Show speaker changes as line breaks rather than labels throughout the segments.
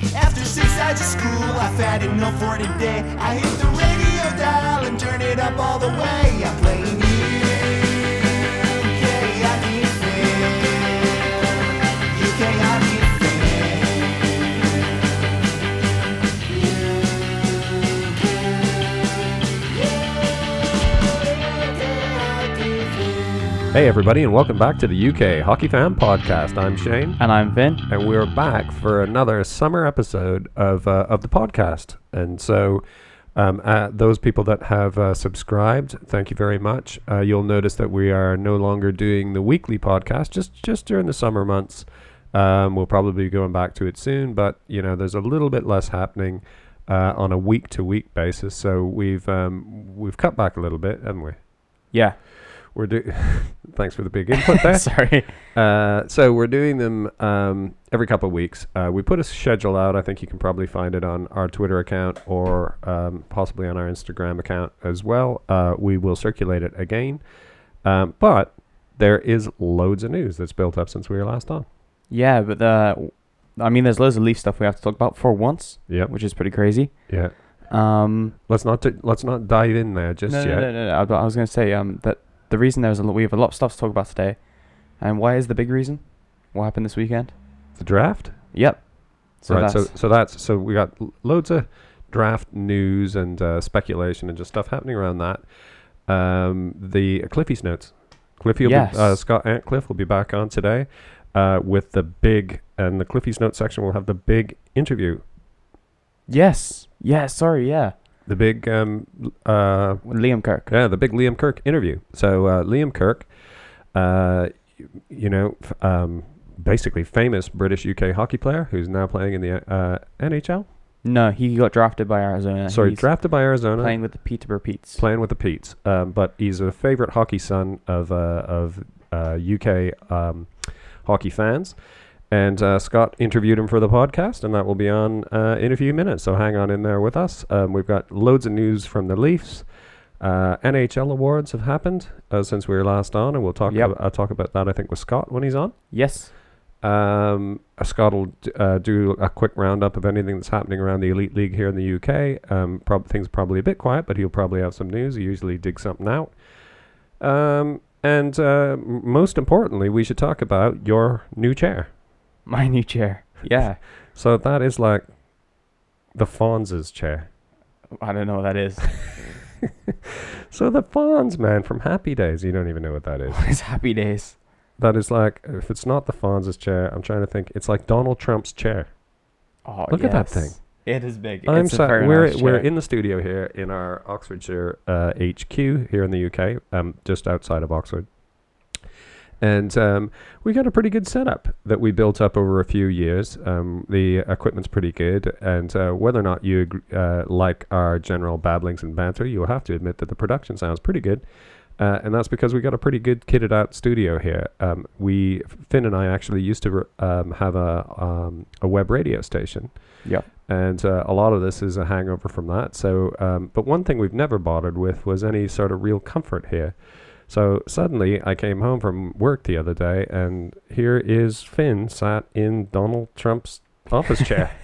since I just school, I've had enough for today. I hit the radio dial and turn it up all the way. I'm playing UK, I need fair. UK, I need
Hey, everybody, and welcome back to the UK Hockey Fan Podcast. I'm Shane,
And I'm Vin.
and we're back for another summer episode of uh, of the podcast. And so, um, uh, those people that have uh, subscribed, thank you very much. Uh, you'll notice that we are no longer doing the weekly podcast just just during the summer months. Um, we'll probably be going back to it soon, but you know, there's a little bit less happening uh, on a week to week basis. So we've um, we've cut back a little bit, haven't we?
Yeah.
We're do- thanks for the big input there.
Sorry.
Uh, so we're doing them um, every couple of weeks. Uh, we put a schedule out. I think you can probably find it on our Twitter account or um, possibly on our Instagram account as well. Uh, we will circulate it again. Um, but there is loads of news that's built up since we were last on.
Yeah, but the, I mean, there's loads of Leaf stuff we have to talk about for once,
Yep.
which is pretty crazy.
Yeah.
Um,
Let's not t- let's not dive in there just
no, no,
yet.
no, no, no, I- I was going to say um that the reason there's a lot, we have a lot of stuff to talk about today, and why is the big reason? What happened this weekend?
The draft.
Yep. So
right. So
that's-
so that's so we got l- loads of draft news and uh, speculation and just stuff happening around that. Um, the uh, Cliffy's notes. Cliffy, will be, uh,
Yes.
Scott Antcliffe will be back on today uh, with the big and the Cliffy's notes section. will have the big interview,
yes. Yeah. Sorry. Yeah.
the big um, l- uh,
With Liam Kirk.
yeah, the big Liam Kirk interview. So uh, Liam Kirk, uh, y- you know, f- um, basically famous British UK hockey player who's now playing in the uh, NHL.
No, he got drafted by Arizona.
Sorry,
He's
drafted by Arizona.
playing with the Peterborough Petes.
playing with the Peets, um, but he's a favorite hockey son of uh, of uh, UK um, hockey fans. And uh, Scott interviewed him for the podcast, and that will be on uh, in a few minutes. So hang on in there with us. Um, we've got loads of news from the Leafs. Uh, NHL awards have happened uh, since we were last on, and we'll talk.
Yep.
ab- I'll talk about that. I think with Scott when he's on.
yes.
Um, uh, Scott will d- uh, do a quick roundup of anything that's happening around the Elite League here in the UK. Um, prob- things are probably a bit quiet, but he'll probably have some news. He usually digs something out. Um, and uh, m- most importantly, we should talk about your new chair.
My new chair. Yeah.
So that is like the Fonz's chair.
I don't know what that is.
So the Fonz, man, from Happy Days. You don't even know what that is.
what is Happy Days?
That is like, if it's not the Fonz's chair, I'm trying to think. It's like Donald Trump's chair.
Oh,
Look at that thing.
yes. It is big.
I'm
It's a
sorry.
very
We're
nice
we're
chair.
in the studio here in our Oxfordshire uh, HQ here in the UK, um, just outside of Oxford, and um, we got a pretty good setup that we built up over a few years. Um, the equipment's pretty good, and uh, whether or not you agr- uh, like our general babblings and banter, you'll have to admit that the production sounds pretty good. Uh, and that's because we got a pretty good kitted out studio here. Um, we Finn and I actually used to um, have a um, a web radio station
Yep.
and uh, a lot of this is a hangover from that. So, um, but one thing we've never bothered with was any sort of real comfort here. So suddenly, I came home from work the other day, and here is Finn sat in Donald Trump's office chair.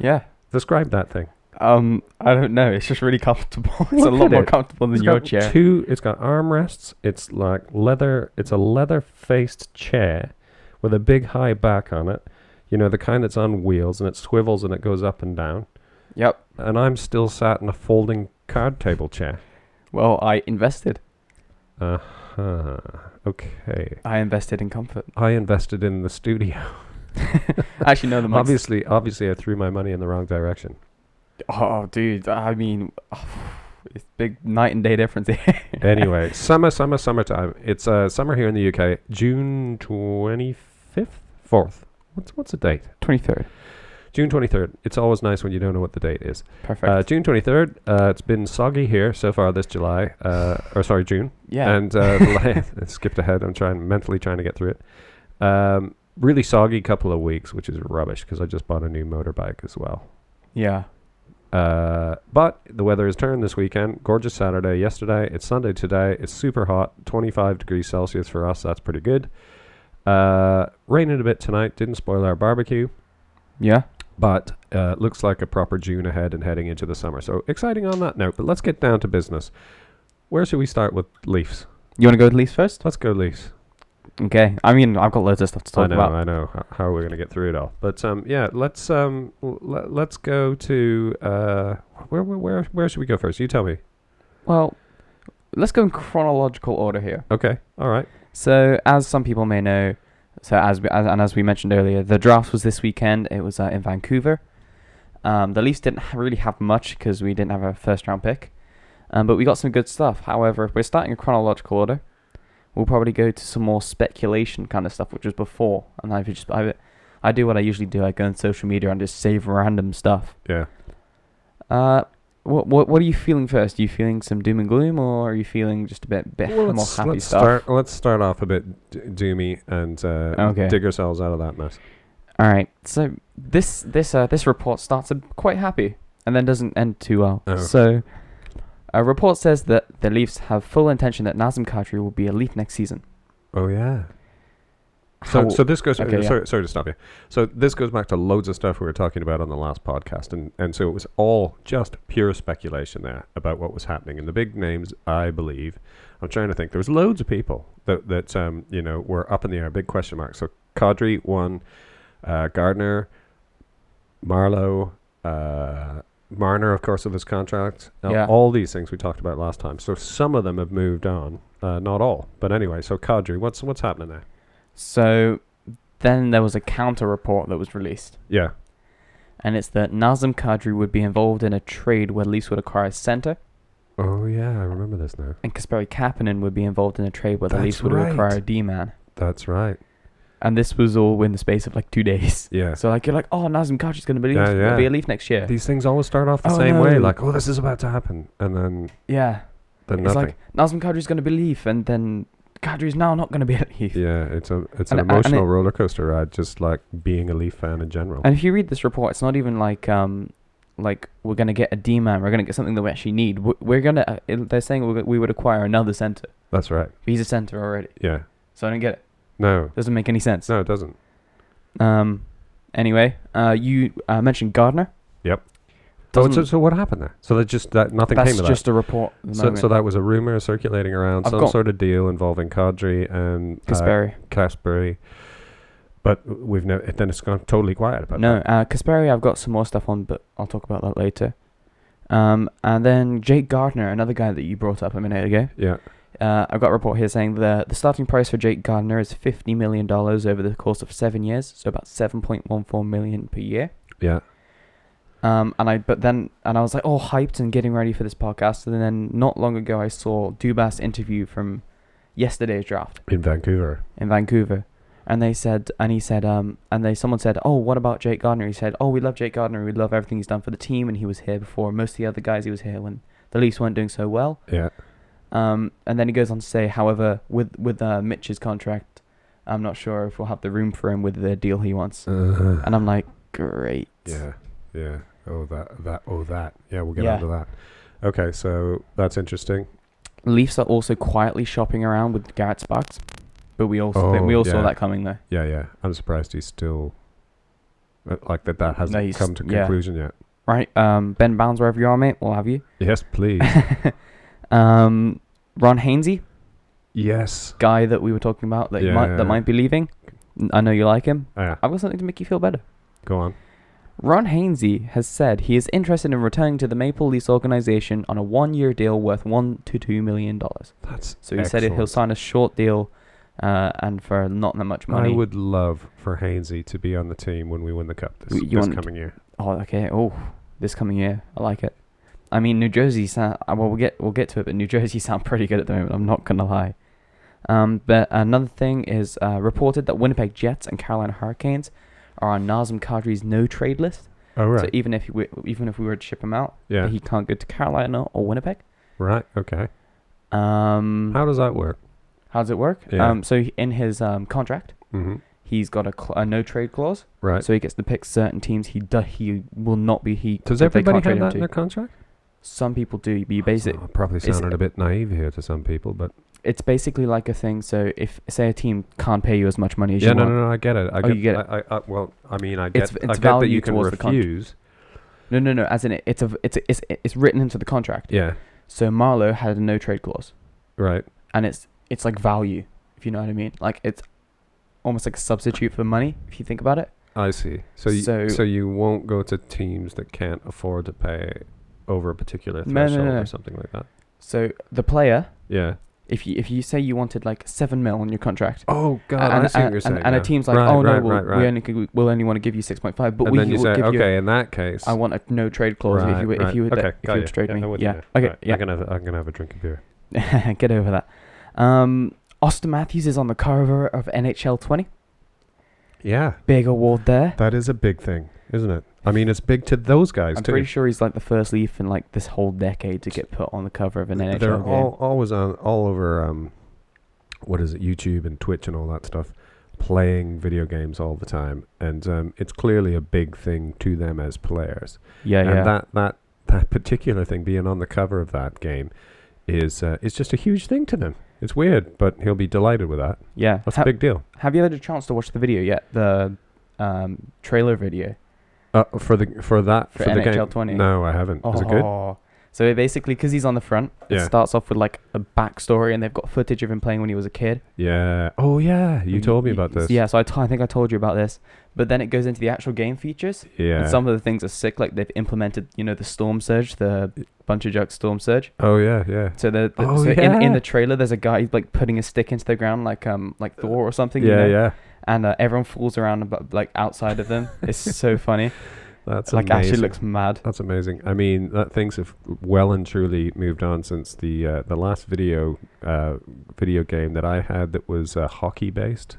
Yeah.
Describe that thing.
Um, I don't know. It's just really comfortable. it's a
Look
lot
at
more
it.
comfortable than
It's
your
got
chair.
Two. It's got armrests. It's like leather. It's a leather-faced chair with a big high back on it. You know the kind that's on wheels and it swivels and it goes up and down.
Yep.
And I'm still sat in a folding card table chair.
Well, I invested.
Uh huh. Okay.
I invested in comfort.
I invested in the studio.
Actually, no, the mic's-
Obviously, obviously, I threw my money in the wrong direction.
Oh, dude. I mean, oh, it's big night and day difference here.
Anyway, summer, summer, summertime. It's uh, summer here in the UK. June twenty fifth, fourth. What's what's the date?
Twenty third.
June twenty third. It's always nice when you don't know what the date is.
Perfect.
Uh, June twenty third. Uh, it's been soggy here so far this July. Uh, or sorry, June.
yeah.
And uh, the la- I skipped ahead. I'm trying mentally trying to get through it. Um, really soggy couple of weeks, which is rubbish because I just bought a new motorbike as well.
yeah.
Uh, but the weather has turned this weekend. Gorgeous Saturday yesterday. It's Sunday today. It's super hot, 25 degrees Celsius for us. That's pretty good. Uh, raining a bit tonight. Didn't spoil our barbecue,
Yeah.
but Uh, looks like a proper June ahead and heading into the summer. So exciting on that note. But let's get down to business. Where should we start with Leafs?
You want to go with Leafs first?
Let's go Leafs.
Okay. I mean, I've got loads of stuff to talk
I know,
about.
I know h- how we're going to get through it all. But um, yeah, let's um, l- le- let's go to uh, where, where where where should we go first? You tell me.
Well, let's go in chronological order here.
Okay, all right.
So, as some people may know, so as, we, as and as we mentioned earlier, the draft was this weekend. It was uh, in Vancouver. Um, the Leafs didn't ha- really have much because we didn't have a first round pick, um, but we got some good stuff. However, if we're starting in chronological order, we'll probably go to some more speculation kind of stuff, which was before. And I've just I, I do what I usually do. I go on social media and just save random stuff.
Yeah.
Uh, what what what are you feeling first? Are you feeling some doom and gloom, or are you feeling just a bit bit
Well,
more
let's,
happy
let's
stuff?
start. Let's start off a bit d- doomy and uh,
Okay.
dig ourselves out of that mess.
All right. So this this uh, this report starts uh, quite happy and then doesn't end too well.
Oh.
So a report says that the Leafs have full intention that Nazem Kadri will be a Leaf next season.
Oh yeah. So,
How-
so this goes.
okay, yeah.
sorry, sorry to stop you. So this goes back to loads of stuff we were talking about on the last podcast, and and so it was all just pure speculation there about what was happening. And the big names, I believe, I'm trying to think. There was loads of people that that um you know were up in the air, big question marks. So Kadri one, uh, Gardner, Marlowe, uh, Marner, of course, of his contract. Now,
Yeah.
All these things we talked about last time. So some of them have moved on, uh, not all. But anyway, so Kadri, what's what's happening there?
So then there was a counter report that was released,
Yeah.
and it's that Nazem Kadri would be involved in a trade where Leafs would acquire a center,
Oh yeah, I remember this now.
and Kasperi Kapanen would be involved in a trade where the
That's
Leafs would
right.
acquire a D man.
That's right.
And this was all in the space of like two days.
Yeah.
So like you're like, oh, Nazem Kadri's going to be,
Yeah, yeah.
be a Leaf next year.
These things always start off the
Oh,
same way,
no.
like, oh, this is about to happen, and then
yeah.
then
It's
nothing.
like Nazem Kadri's going to be Leaf, and then Kadri's now not going to be a Leaf.
yeah, it's a it's an
And I- and
emotional
it-
roller coaster ride, just like being a Leaf fan in general.
And if you read this report, it's not even like um, like we're going to get a D man, we're going to get something that we actually need. W- We're going to. Uh, it- they're saying we're, go- we would acquire another center.
That's right.
He's a center already,
Yeah.
so I don't get it.
No.
Doesn't make any sense.
No, it doesn't.
Um, anyway, uh, you uh, mentioned Gardner.
Yep. Oh, so,
Doesn't-
so what happened there? So that just that nothing
that's
came of
just a report.
that.
at the
So, so
moment.
that was a rumor circulating around
I've
some
got-
sort of deal involving Kadri and uh,
Kasperi.
Kasperi. But we've never then it's gone totally quiet about
No,
that.
uh, Kasperi, I've got some more stuff on, but I'll talk about that later. Um, and then Jake Gardner, another guy that you brought up a minute ago.
Yeah.
Uh, I've got a report here saying the the starting price for Jake Gardner is fifty million dollars over the course of seven years, so about seven point one four million per year.
Yeah.
Um, and I but then and I was like all hyped and getting ready for this podcast, and then not long ago I saw Dubas interview from yesterday's draft
In Vancouver.
in Vancouver, and they said, and he said, um, and they someone said, oh, what about Jake Gardner? He said, oh, we love Jake Gardner. We love everything he's done for the team, and he was here before most of the other guys. He was here when the Leafs weren't doing so well.
Yeah.
Um, and then he goes on to say, however, with with uh, Mitch's contract, I'm not sure if we'll have the room for him with the deal he wants.
Uh,
And I'm like, great.
Yeah, yeah. Oh, that, that, oh, that. Yeah, we'll get
Yeah.
onto that. Okay, so that's interesting.
Leafs are also quietly shopping around with Garrett Sparks, but we also think
Oh,
we all saw
yeah.
that coming though.
Yeah, yeah. I'm surprised he's still uh, like that. That hasn't
he's-
come to
yeah.
conclusion yet.
Right, um, Ben Bounds, wherever you are, mate, we'll have you.
Yes, please.
um, Ron Hainsey,
yes.
guy that we were talking about that you might
Yeah.
that might be leaving. N- I know you like him.
Ah,
I've got something to make you feel better.
go on.
Ron Hainsey has said he is interested in returning to the Maple Leafs organization on a one-year deal worth one to two million dollars.
That's
So he said he'll
excellent.
sign a short deal, uh, and for not that much money.
I would love for Hainsey to be on the team when we win the cup this,
You
this
want-
coming year.
Oh, okay. Oh, this coming year, I like it. I mean, New Jersey sound. uh, Well, we'll get we'll get to it, but New Jersey sound pretty good at the moment. I'm not gonna lie. Um, but another thing is uh, reported that Winnipeg Jets and Carolina Hurricanes are on Nazem Kadri's no trade list.
Oh right,
So even if we, even if we were to ship him out,
yeah,
he can't go to Carolina or Winnipeg.
right, okay.
Um,
How does that work?
how does it work?
Yeah.
Um, so he- in his um, contract,
Mm-hmm.
he's got a, cl- a no trade clause,
Right.
so he gets to pick certain teams he do- he will not be he.
does
that they
everybody
can't trade
have
him
that
to.
in their contract?
Some people do. But you basic,
Oh, probably
it's-
sounded a bit naive here to some people, but
it's basically like a thing. So if say a team can't pay you as much money as
Yeah,
you
no,
want,
no, no. I get it. I
Oh,
get,
you get it.
I, I, I, well, I mean, I get,
It's-
I
it's
get that
value
you can
towards the contract.
refuse,
No, no, no. As in, it, it's a, it's a, it's it's written into the contract.
Yeah.
So Marlowe had a no trade clause,
Right.
and it's it's like value, if you know what I mean. Like it's almost like a substitute for money, if you think about it.
I see. So you, so,
So-
you won't go to teams that can't afford to pay over a particular
No, no,
threshold
no,
or
no.
something like that.
So the player,
Yeah.
if you if you say you wanted like seven mil on your contract,
Oh God, I
and,
see what
and-
you're saying.
and, and
now.
a team's like,
Right,
oh no,
right,
we'll,
right, right.
we only could, we'll only want to give you six point five, but
and
we
then you
will
say,
give you.
okay, in that case,
I want a no trade clause if you were, if you were
okay, got
if you
ya.
were to trade
Yeah, I'm
me.
with you
Yeah.
now.
Okay.
Right,
Yeah.
I'm gonna have, I'm gonna have a drink of beer.
Get over that. Um, Austin Matthews is on the cover of NHL 20.
Yeah,
Big award there.
that is a big thing, isn't it? I mean, it's big to those guys
I'm
too.
pretty sure he's like the first Leaf in like this whole decade to get put on the cover of an NHL
They're
game.
all always on all over. Um, what is it? YouTube and Twitch and all that stuff, playing video games all the time, and um, it's clearly a big thing to them as players.
yeah,
and
yeah.
that that that particular thing being on the cover of that game is uh, is just a huge thing to them. It's weird, but he'll be delighted with that.
yeah.
That's
Ha-
a big deal.
Have you had a chance to watch the video yet? The um, trailer video.
Uh, for the for that for,
For
the
NHL
game.
20.
No, I haven't. Is it
Oh,
good?
So it basically, because he's on the front,
Yeah.
it starts off with like a backstory, and they've got footage of him playing when he was a kid.
Yeah. Oh yeah, you
Y-
told me
Mm, y-
about
s-
this.
Yeah, so I, t- I think I told you about this, but then it goes into the actual game features.
Yeah.
And some of the things are sick, like they've implemented, you know, the storm surge, the bunch of junk storm surge.
oh yeah, yeah.
So the, the-
Oh,
so in,
yeah.
in the trailer, there's a guy he's like putting a stick into the ground, like um like Thor or something. you
Uh, Yeah,
know?
yeah.
And uh, everyone fools around about like outside of them. it's so funny.
That's
like
amazing.
actually looks mad.
That's amazing. I mean, that things have well and truly moved on since the uh, the last video uh, video game that I had that was uh, hockey based.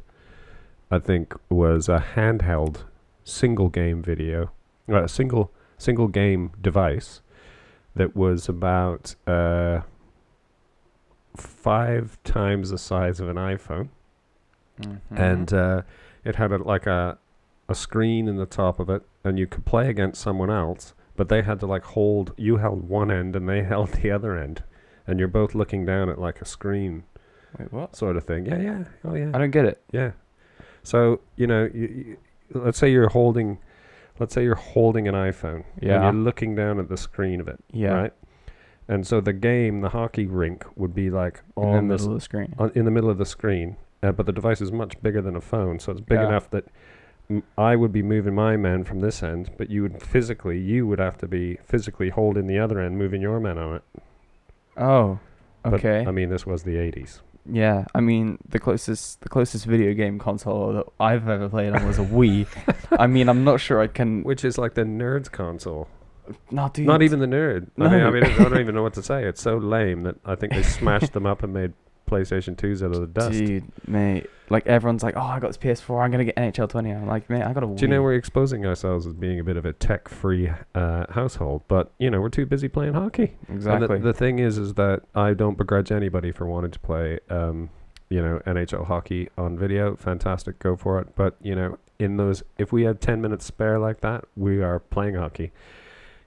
I think was a handheld single game video, uh, a single single game device that was about uh, five times the size of an iPhone
Mm-hmm.
and uh, it had a, like a a screen in the top of it, and you could play against someone else, but they had to like hold. You held one end, and they held the other end, and you're both looking down at like a screen
wait, what?
sort of thing. Yeah, yeah, oh yeah,
I don't get it.
yeah. So you know, you, you, let's say you're holding, let's say you're holding an iPhone, and
Yeah.
you're looking down at the screen of it,
Yeah.
right? And so the game, the hockey rink, would be like
In the
on this
middle of the screen.
on, in the middle of the screen, uh, but the device is much bigger than a phone, so it's big
Yeah.
enough that m- I would be moving my man from this end, but you would physically, you would have to be physically holding the other end, moving your man on it.
Oh.
But,
Okay.
I mean, this was the 80s.
Yeah, I mean the closest the closest video game console that I've ever played on was a Wii. I mean, I'm not sure I can.
Which is like the nerd's console.
Not dude.
Not even the nerd. I mean, I,
No.
mean, I don't even know what to say. It's so lame that I think they smashed them up and made PlayStation 2s out of the dust.
Dude, mate. Like everyone's like, oh, I got this PS4. I'm gonna get NHL 20. I'm like, mate, I got a Wii.
Do you know we're exposing ourselves as being a bit of a tech-free uh, household? But you know, we're too busy playing hockey. And
exactly?
the, the thing is, is that I don't begrudge anybody for wanting to play, um, you know, NHL hockey on video. Fantastic, go for it. But you know, in those, if we have ten minutes spare like that, we are playing hockey,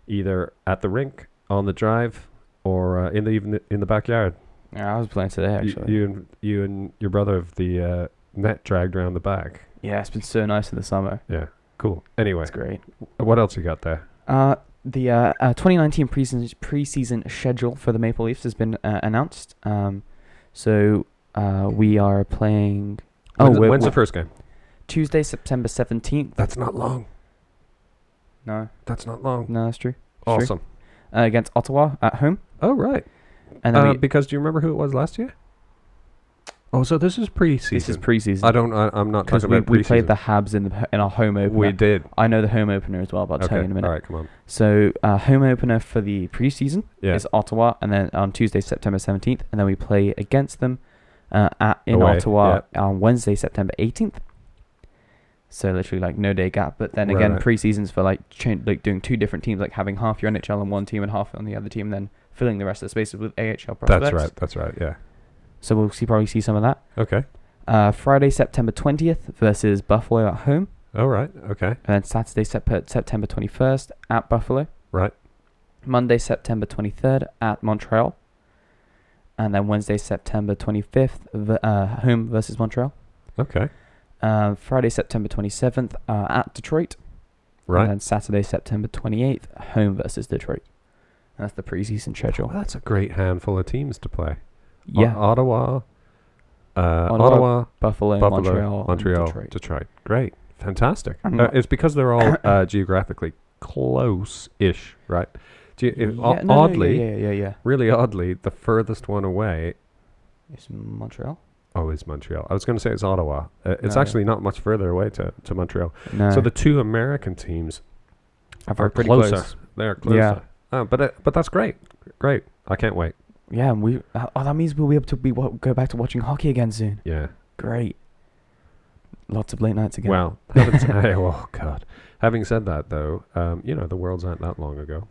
either at the rink, on the drive, or uh, in the even in the backyard.
yeah, I was playing today
You-
actually.
you, and you and your brother have the uh, net dragged around the back.
yeah, it's been so nice in the summer.
Yeah, cool. Anyway,
It's great.
what else you got there?
Uh, the uh, uh 2019 preseason preseason schedule for the Maple Leafs has been uh, announced. Um, so uh, we are playing. Oh,
when's, the-
we're-
when's the
we're-
first game?
Tuesday, September 17th.
That's not long.
No,
That's not long.
no, that's true. Sure.
Awesome.
uh, against Ottawa at home,
Oh right.
and then
Uh,
we,
because do you remember who it was last year? Oh, so this is preseason.
this is preseason.
I don't. I, I'm not
because
talking
we,
about
we played the
preseason.
Habs in the in our home opener.
we did.
I know the home opener as well, but I'll tell you in a minute.
All right. Come on.
So uh, home opener for the preseason
Yeah.
is Ottawa, and then on Tuesday, September seventeenth, and then we play against them uh, at in
Away,
Ottawa on Wednesday, September eighteenth. So literally like no day gap, but then again
Right.
preseasons for like ch- like doing two different teams, like having half your NHL on one team and half on the other team, and then filling the rest of the spaces with AHL prospects.
That's right. That's right. Yeah.
So we'll see probably see some of that.
Okay.
Uh, Friday, September 20th versus Buffalo at home.
All right. Okay.
And then Saturday, sep- September 21st at Buffalo.
Right.
Monday, September 23rd at Montreal. And then Wednesday, September 25th, v- uh, home versus Montreal.
Okay.
Uh, Friday, September 27th uh, at Detroit.
Right.
And then Saturday, September 28th, home versus Detroit. And that's the preseason schedule.
Well, that's a great handful of teams to play. O-
Yeah.
Ottawa, uh, Ottawa,
Ottawa, Buffalo,
Buffalo,
Montreal, and
Detroit.
Detroit.
Great, fantastic.
And
Uh,
what-
it's because they're all uh, geographically close-ish, right? Ge-
Yeah,
if-
no,
o-
no, no, yeah,
oddly,
yeah, yeah, yeah.
really oddly, the furthest one away.
It's Montreal.
Oh, is Montreal. I was going to say it's Ottawa. Uh, it's
No.
actually not much further away to, to Montreal.
No,
So the two American teams
I've
are
heard pretty
closer.
close.
They're closer.
Yeah.
Uh, but uh, but that's great. Great. I can't wait.
Yeah, and we. uh, Oh, that means we'll be able to be wa- go back to watching hockey again soon.
Yeah.
Great. Lots of late nights again.
Well, having s- oh god. Having said that, though, um, you know the world's not that long ago.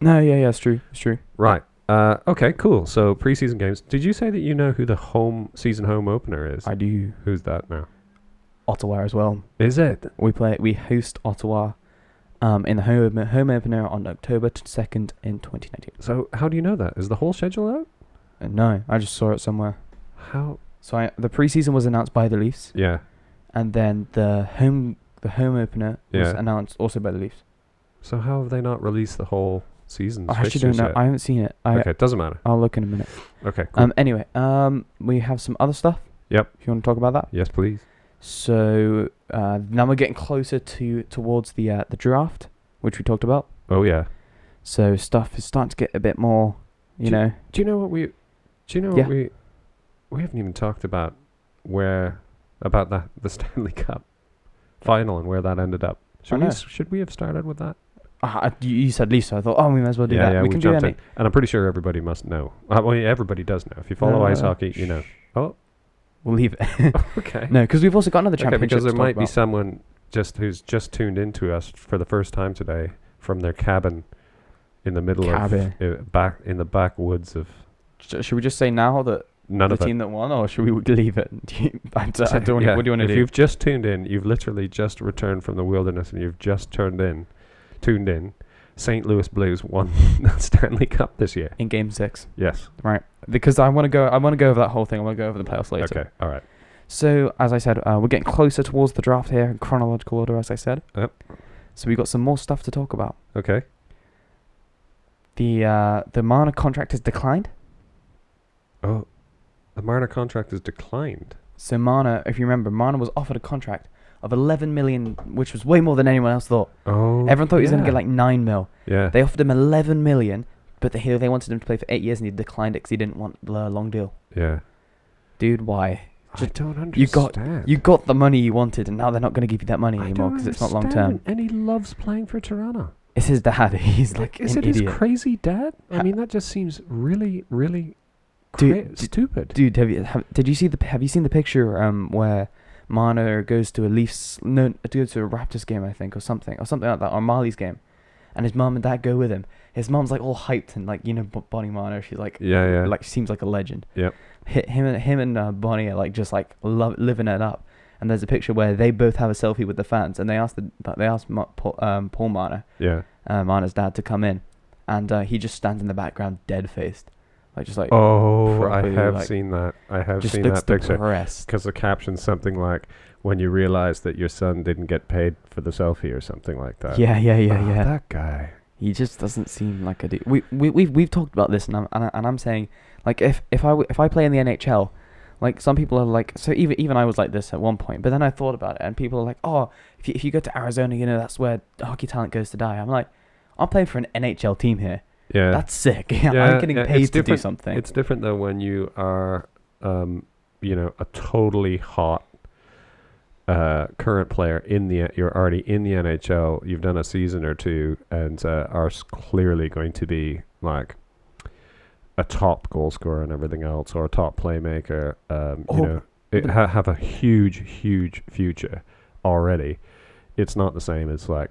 No, yeah, yeah, it's true. It's true.
Right. Uh, okay. Cool. So preseason games. Did you say that you know who the home season home opener is?
I do
Who's that now?
Ottawa as well.
Is it?
We play. We host Ottawa, um, in the home home opener on October second in twenty nineteen.
So how do you know that? Is the whole schedule out?
Uh, no, I just saw it somewhere.
How?
So I, the preseason was announced by the Leafs,
Yeah.
and then the home the home opener was
Yeah.
announced also by the Leafs.
So how have they not released the whole season?
I actually don't know. I haven't seen it. I
okay. It doesn't matter.
I'll look in a minute.
Okay. Cool.
Um. Anyway, um, we have some other stuff.
Yep.
If you want to talk about that.
yes, please.
So uh, now we're getting closer to towards the uh, the draft, which we talked about.
Oh yeah.
So stuff is starting to get a bit more, you
Do-
know.
Do you know what we? Do you know
Yeah.
what we? We haven't even talked about where about that the Stanley Cup final and where that ended up. Should we
know.
s- should we have started with that?
Ah, you you said Lisa. I thought, oh, we might as well do that. we, can do
jumped
any.
in, and I'm pretty sure everybody must know. Uh, well, yeah, everybody does know. If you follow
No, no,
ice
no.
hockey, you know. Oh,
Uh, We'll leave it.
okay.
no, because we've also got another
okay,
championship.
because there
to
might
talk
be
about.
someone just who's just tuned into us for the first time today from their cabin in the middle
Cabin.
of uh, back in the backwoods of
Sh- Should we just say now that
none
the
of it.
team that won, or should we leave it? Do you- I don't, I don't
Yeah,
What do you want to
if
do?
you've just tuned in, you've literally just returned from the wilderness and you've just turned in, tuned in. St. Louis Blues won the Stanley Cup this year.
in game six,
Yes.
because I want to go. I want to go over that whole thing. I want to go over the playoffs later.
Okay. All right.
So, as I said, uh, we're getting closer towards the draft here in chronological order, as I said.
Yep.
So we've got some more stuff to talk about.
Okay.
The uh, the Marner contract has declined.
Oh, the Marner contract is declined.
So Marner, if you remember, Marner was offered a contract of 11 million, which was way more than anyone else thought.
Oh.
Everyone thought he was going to get like 9 mil.
Yeah.
They offered him 11 million, but they, they wanted him to play for 8 years and he declined it because he didn't want the long deal.
yeah.
Dude, why?
I
Just-
don't understand.
you got- You got the money you wanted and now they're not going to give you that money
I
anymore
don't
because it's not long
understand.
term.
And he loves playing for Toronto.
It's his dad. He's like
is
an
it
idiot.
his crazy dad? I
Ha-
mean, that just seems really, really
Dude,
cra-
d-
stupid.
Dude, have you have, did you see the have you seen the picture um where Marner goes to a Leafs no goes to a Raptors game I think or something or something like that or Marley's game, and his mom and dad go with him. His mom's like all hyped and like you know B- Bonnie Marner she's like
yeah, yeah.
like seems like a legend.
Yep.
Hi- Him and him and uh, Bonnie are like just like lo- living it up. And there's a picture where they both have a selfie with the fans, and they asked the, they asked Ma- Paul, um, Paul Marner,
yeah.
uh, Marner's dad, to come in, and uh, he just stands in the background, dead faced, like just like
Oh, I
properly,
have
like,
seen that. I have
just
seen
looks
that picture.
depressed.
Because the caption's something like, when you realize that your son didn't get paid for the selfie or something like that.
Yeah, yeah, yeah,
Oh,
yeah.
That guy.
he just doesn't seem like a dude. We we we've, we've talked about this, and I'm and, I, and I'm saying like if if I w- if I play in the NHL, like some people are like so even even I was like this at one point, but then I thought about it, and people are like, oh, if you, if you go to Arizona, you know that's where hockey talent goes to die. I'm like, I'm playing for an NHL team here.
Yeah.
That's sick. Yeah,
Yeah,
I'm getting
yeah, it's
paid to do
different.
something.
It's different though when you are, um, you know, a totally hot uh, current player in the you're already in the NHL. You've done a season or two and uh, are s- clearly going to be like a top goal scorer and everything else, or a top playmaker. Um,
Oh,
you know, it
but-
ha- have a huge, huge future already. It's not the same as like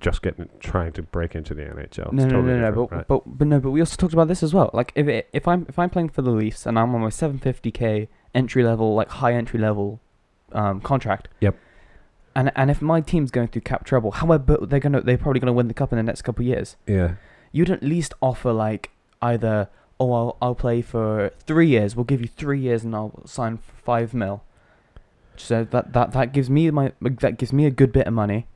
just getting trying to break into the NHL.
no,
it's
no,
totally
no, no,
different,
but,
right?
but but no, but we also talked about this as well. Like if it, if I'm if I'm playing for the Leafs and I'm on my 750k entry level, like high entry level, um, contract.
Yep.
And and if my team's going through cap trouble, however, they're gonna they're probably gonna win the cup in the next couple of years.
yeah,
You'd at least offer like either oh I'll I'll play for three years. We'll give you three years and I'll sign for five mil. So that that that gives me my that gives me a good bit of money,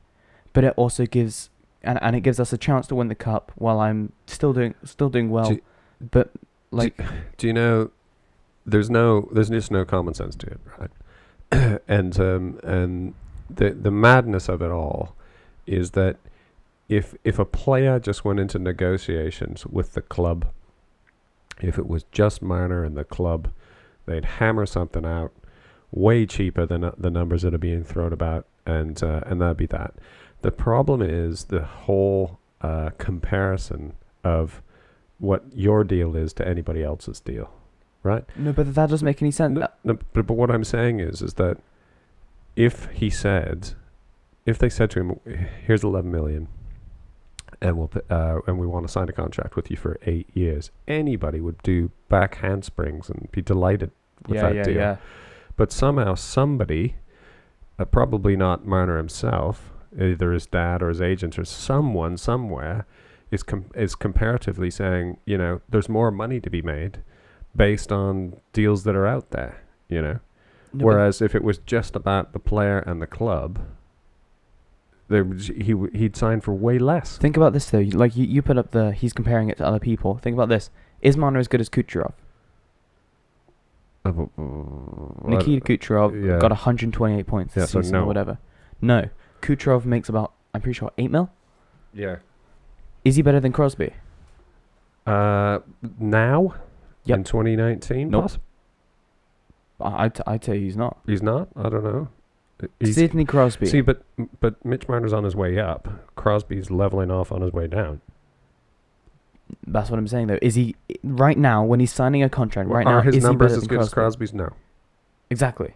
but it also gives and, and it gives us a chance to win the cup while I'm still doing still doing well.
Do-
but like
Do you know? There's no, there's just no common sense to it, right? and um, and the the madness of it all is that if if a player just went into negotiations with the club, if it was just minor and the club, they'd hammer something out way cheaper than uh, the numbers that are being thrown about, and uh, and that'd be that. The problem is the whole uh, comparison of what your deal is to anybody else's deal, right?
no, but that doesn't make any sense.
No, no, but, but what I'm saying is, is that if he said, if they said to him, "Here's 11 million, and we'll p- uh, and we want to sign a contract with you for eight years," anybody would do back handsprings and be delighted with
yeah,
that
yeah,
deal.
yeah.
But somehow, somebody, uh, probably not Marner himself, either his dad or his agent or someone somewhere, is com- is comparatively saying, you know, there's more money to be made based on deals that are out there, you know.
No, but-
Whereas if it was just about the player and the club, there was, he w- he'd sign for way less.
Think about this though. you- Like you, you put up the he's comparing it to other people. Think about this. Is Marner as good as Kucherov?
Uh, w- w- I don't-
Nikita Kucherov
yeah.
got 128 points this
Yeah, so
season
no.
or whatever. No, Kucherov makes about I'm pretty sure eight mil.
yeah.
Is he better than Crosby?
Uh, now,
Yep.
in 2019,
Nope.
poss-
I I'd, I'd say he's not.
he's not. I don't know. He's-
Sidney Crosby.
See, but but Mitch Marner's on his way up. Crosby's leveling off on his way down.
That's what I'm saying though. Is he right now when he's signing a contract right
Are
now?
his
is
numbers
he better
as
than
good
Crosby?
as Crosby's? No.
Exactly.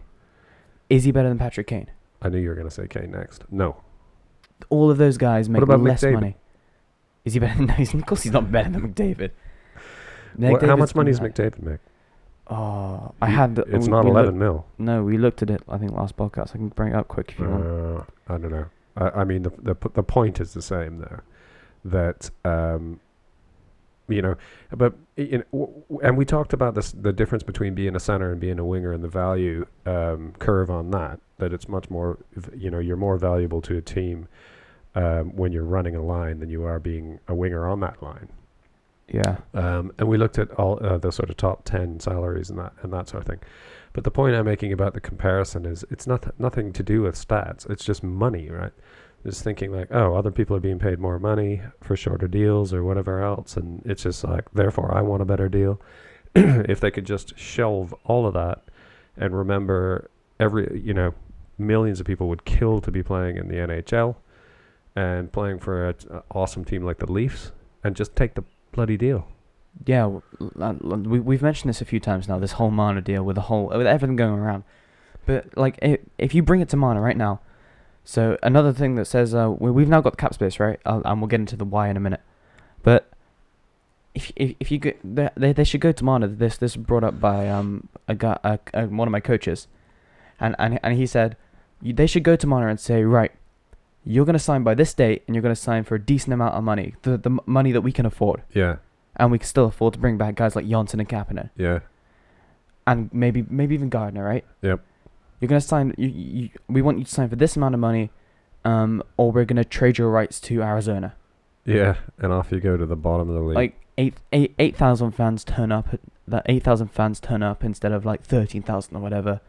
Is he better than Patrick Kane?
I knew you were going to say Kane next. No.
All of those guys make
about
less
McDavid?
money. Is he better than? No, he's, of course he's not better than McDavid.
What- how
McDavid's
much money does
been-
McDavid make?
Oh, I
You-
had. the-
It's
we-
not
we looked-
11 mil.
No, we looked at it. I think last podcast. I can bring it up quick if you want.
Uh, I don't know. I, I mean, the, the p- the point is the same though, that um, you know, but y- you know, w- w- and we talked about this the difference between being a center and being a winger and the value um, curve on that. That it's much more, v- you know, you're more valuable to a team um, when you're running a line than you are being a winger on that line.
Yeah.
Um, and we looked at all uh, the sort of top ten salaries and that and that sort of thing. But the point I'm making about the comparison is it's not nothing to do with stats. It's just money, right? Just thinking like, oh, other people are being paid more money for shorter deals or whatever else, and it's just like, therefore, I want a better deal. if they could just shelve all of that and remember every, you know, millions of people would kill to be playing in the NHL and playing for an awesome team like the Leafs, and just take the bloody deal.
Yeah. w- l- l- We we've mentioned this a few times now. This whole Mana deal with the whole with everything going around, but like i if you bring it to Mana right now, so another thing that says uh, we, we've now got the cap space right, uh, and we'll get into the why in a minute, but. If, if, if you go, they, they they should go to Mana. This this was brought up by um a guy uh, uh, one of my coaches, and and and he said, you, they should go to Mana and say right, you're gonna sign by this date, and you're gonna sign for a decent amount of money, the the m- money that we can afford
Yeah,
and we can still afford to bring back guys like Janssen and Kapanen,
yeah,
and maybe maybe even Gardner, right?
Yep.
You're gonna sign. You, you, we want you to sign for this amount of money, um, or we're gonna trade your rights to Arizona.
yeah. And off you go to the bottom of the league.
Like eight eight eight thousand fans turn up. at- That eight thousand fans turn up instead of like thirteen thousand or whatever.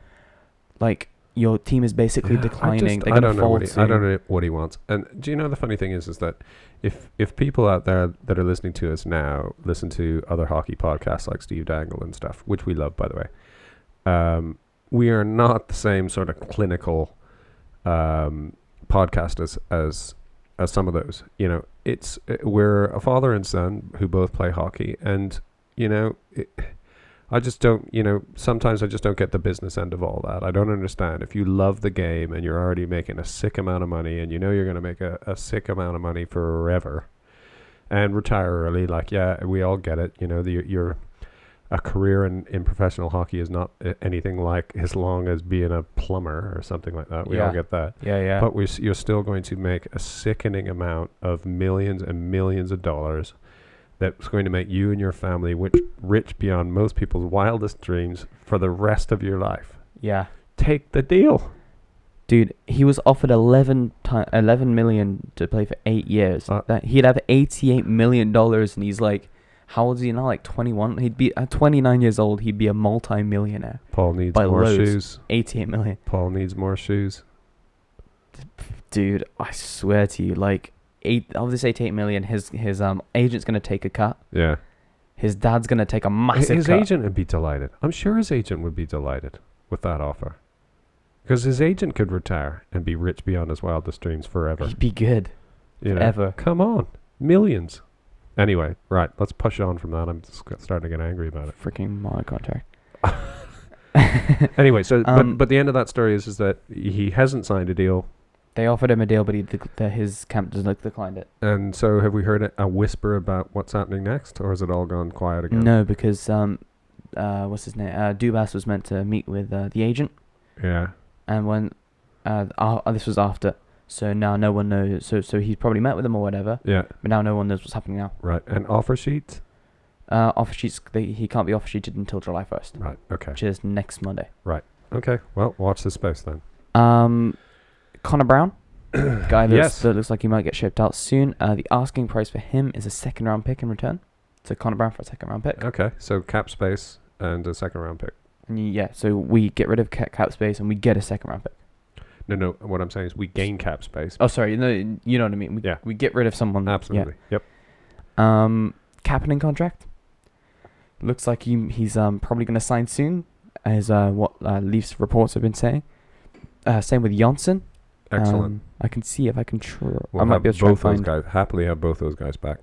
Like your team is basically
Yeah,
declining.
I,
They're
just, I
gonna
don't know. What
fold
he, I don't
soon.
know what he wants. And do you know the funny thing is, is that if if people out there that are listening to us now listen to other hockey podcasts like Steve Dangle and stuff, which we love by the way, um, we are not the same sort of clinical um, podcast as as as uh, some of those. You know, it's uh, we're a father and son who both play hockey, and you know. It, I just don't, you know, sometimes I just don't get the business end of all that. I don't understand. If you love the game and you're already making a sick amount of money and you know you're going to make a, a sick amount of money forever and retire early, like, yeah, we all get it. You know, the, your a career in, in professional hockey is not uh, anything like as long as being a plumber or something like that. We all
Yeah.
get that.
Yeah, yeah.
But we, s- you're still going to make a sickening amount of millions and millions of dollars that's going to make you and your family which, rich beyond most people's wildest dreams for the rest of your life.
yeah.
Take the deal.
Dude, he was offered 11, ti 11 million to play for eight years.
Uh,
that he'd have 88 million dollars, and he's like, how old is he now? Like 21. He'd be at 29 years old. He'd be a multi-millionaire.
Paul needs
By
more
loads.
shoes.
88 million.
Paul needs more shoes.
Dude, I swear to you, like eight of this 88 million, his his um agent's gonna take a cut.
Yeah.
His dad's gonna take a
Hi-
massive
his
cut.
agent would be delighted. I'm sure his agent would be delighted with that offer. Because his agent could retire and be rich beyond his wildest dreams forever.
He'd be good.
You know?
forever.
Come on. Millions. Anyway, right. Let's push on from that. I'm just g- starting to get angry about it.
Freaking my contract.
Anyway, so
Um,
but, but the end of that story is is that he hasn't signed a deal,
They offered him a deal, but he dec- the, his camp does not declined it.
and so have we heard a, a whisper about what's happening next, or has it all gone quiet again?
No, because um, uh, what's his name? Uh, Dubas was meant to meet with uh, the agent,
Yeah.
and when uh, uh, this was after, so now no one knows. So so he probably met with them or whatever,
Yeah.
but now no one knows what's happening now.
Right. And offer sheets.
Uh, offer sheets. They, he can't be offer sheeted until July first,
Right. Okay.
which is next Monday.
Okay. Well, watch this space then.
Um, Connor Brown, guy looks,
Yes.
that looks like he might get shipped out soon. Uh, the asking price for him is a second round pick in return. So Connor Brown for a second round pick.
Okay. So cap space and a second round pick.
And y- yeah, so we get rid of ca- cap space and we get a second round pick.
No, no. What I'm saying is we gain cap space.
Oh, sorry, no, you know what I mean. We,
Yeah.
we get rid of someone. yeah.
Absolutely. Yep.
Um, Kapanen contract. Looks like he, he's um probably going to sign soon, as uh, what uh, Leafs reports have been saying. Uh, same with Janssen.
Excellent.
Um, I can see if I can. Tr-
we'll
I might
have
be able to try and
both those
find.
guys. Happily have both those guys back.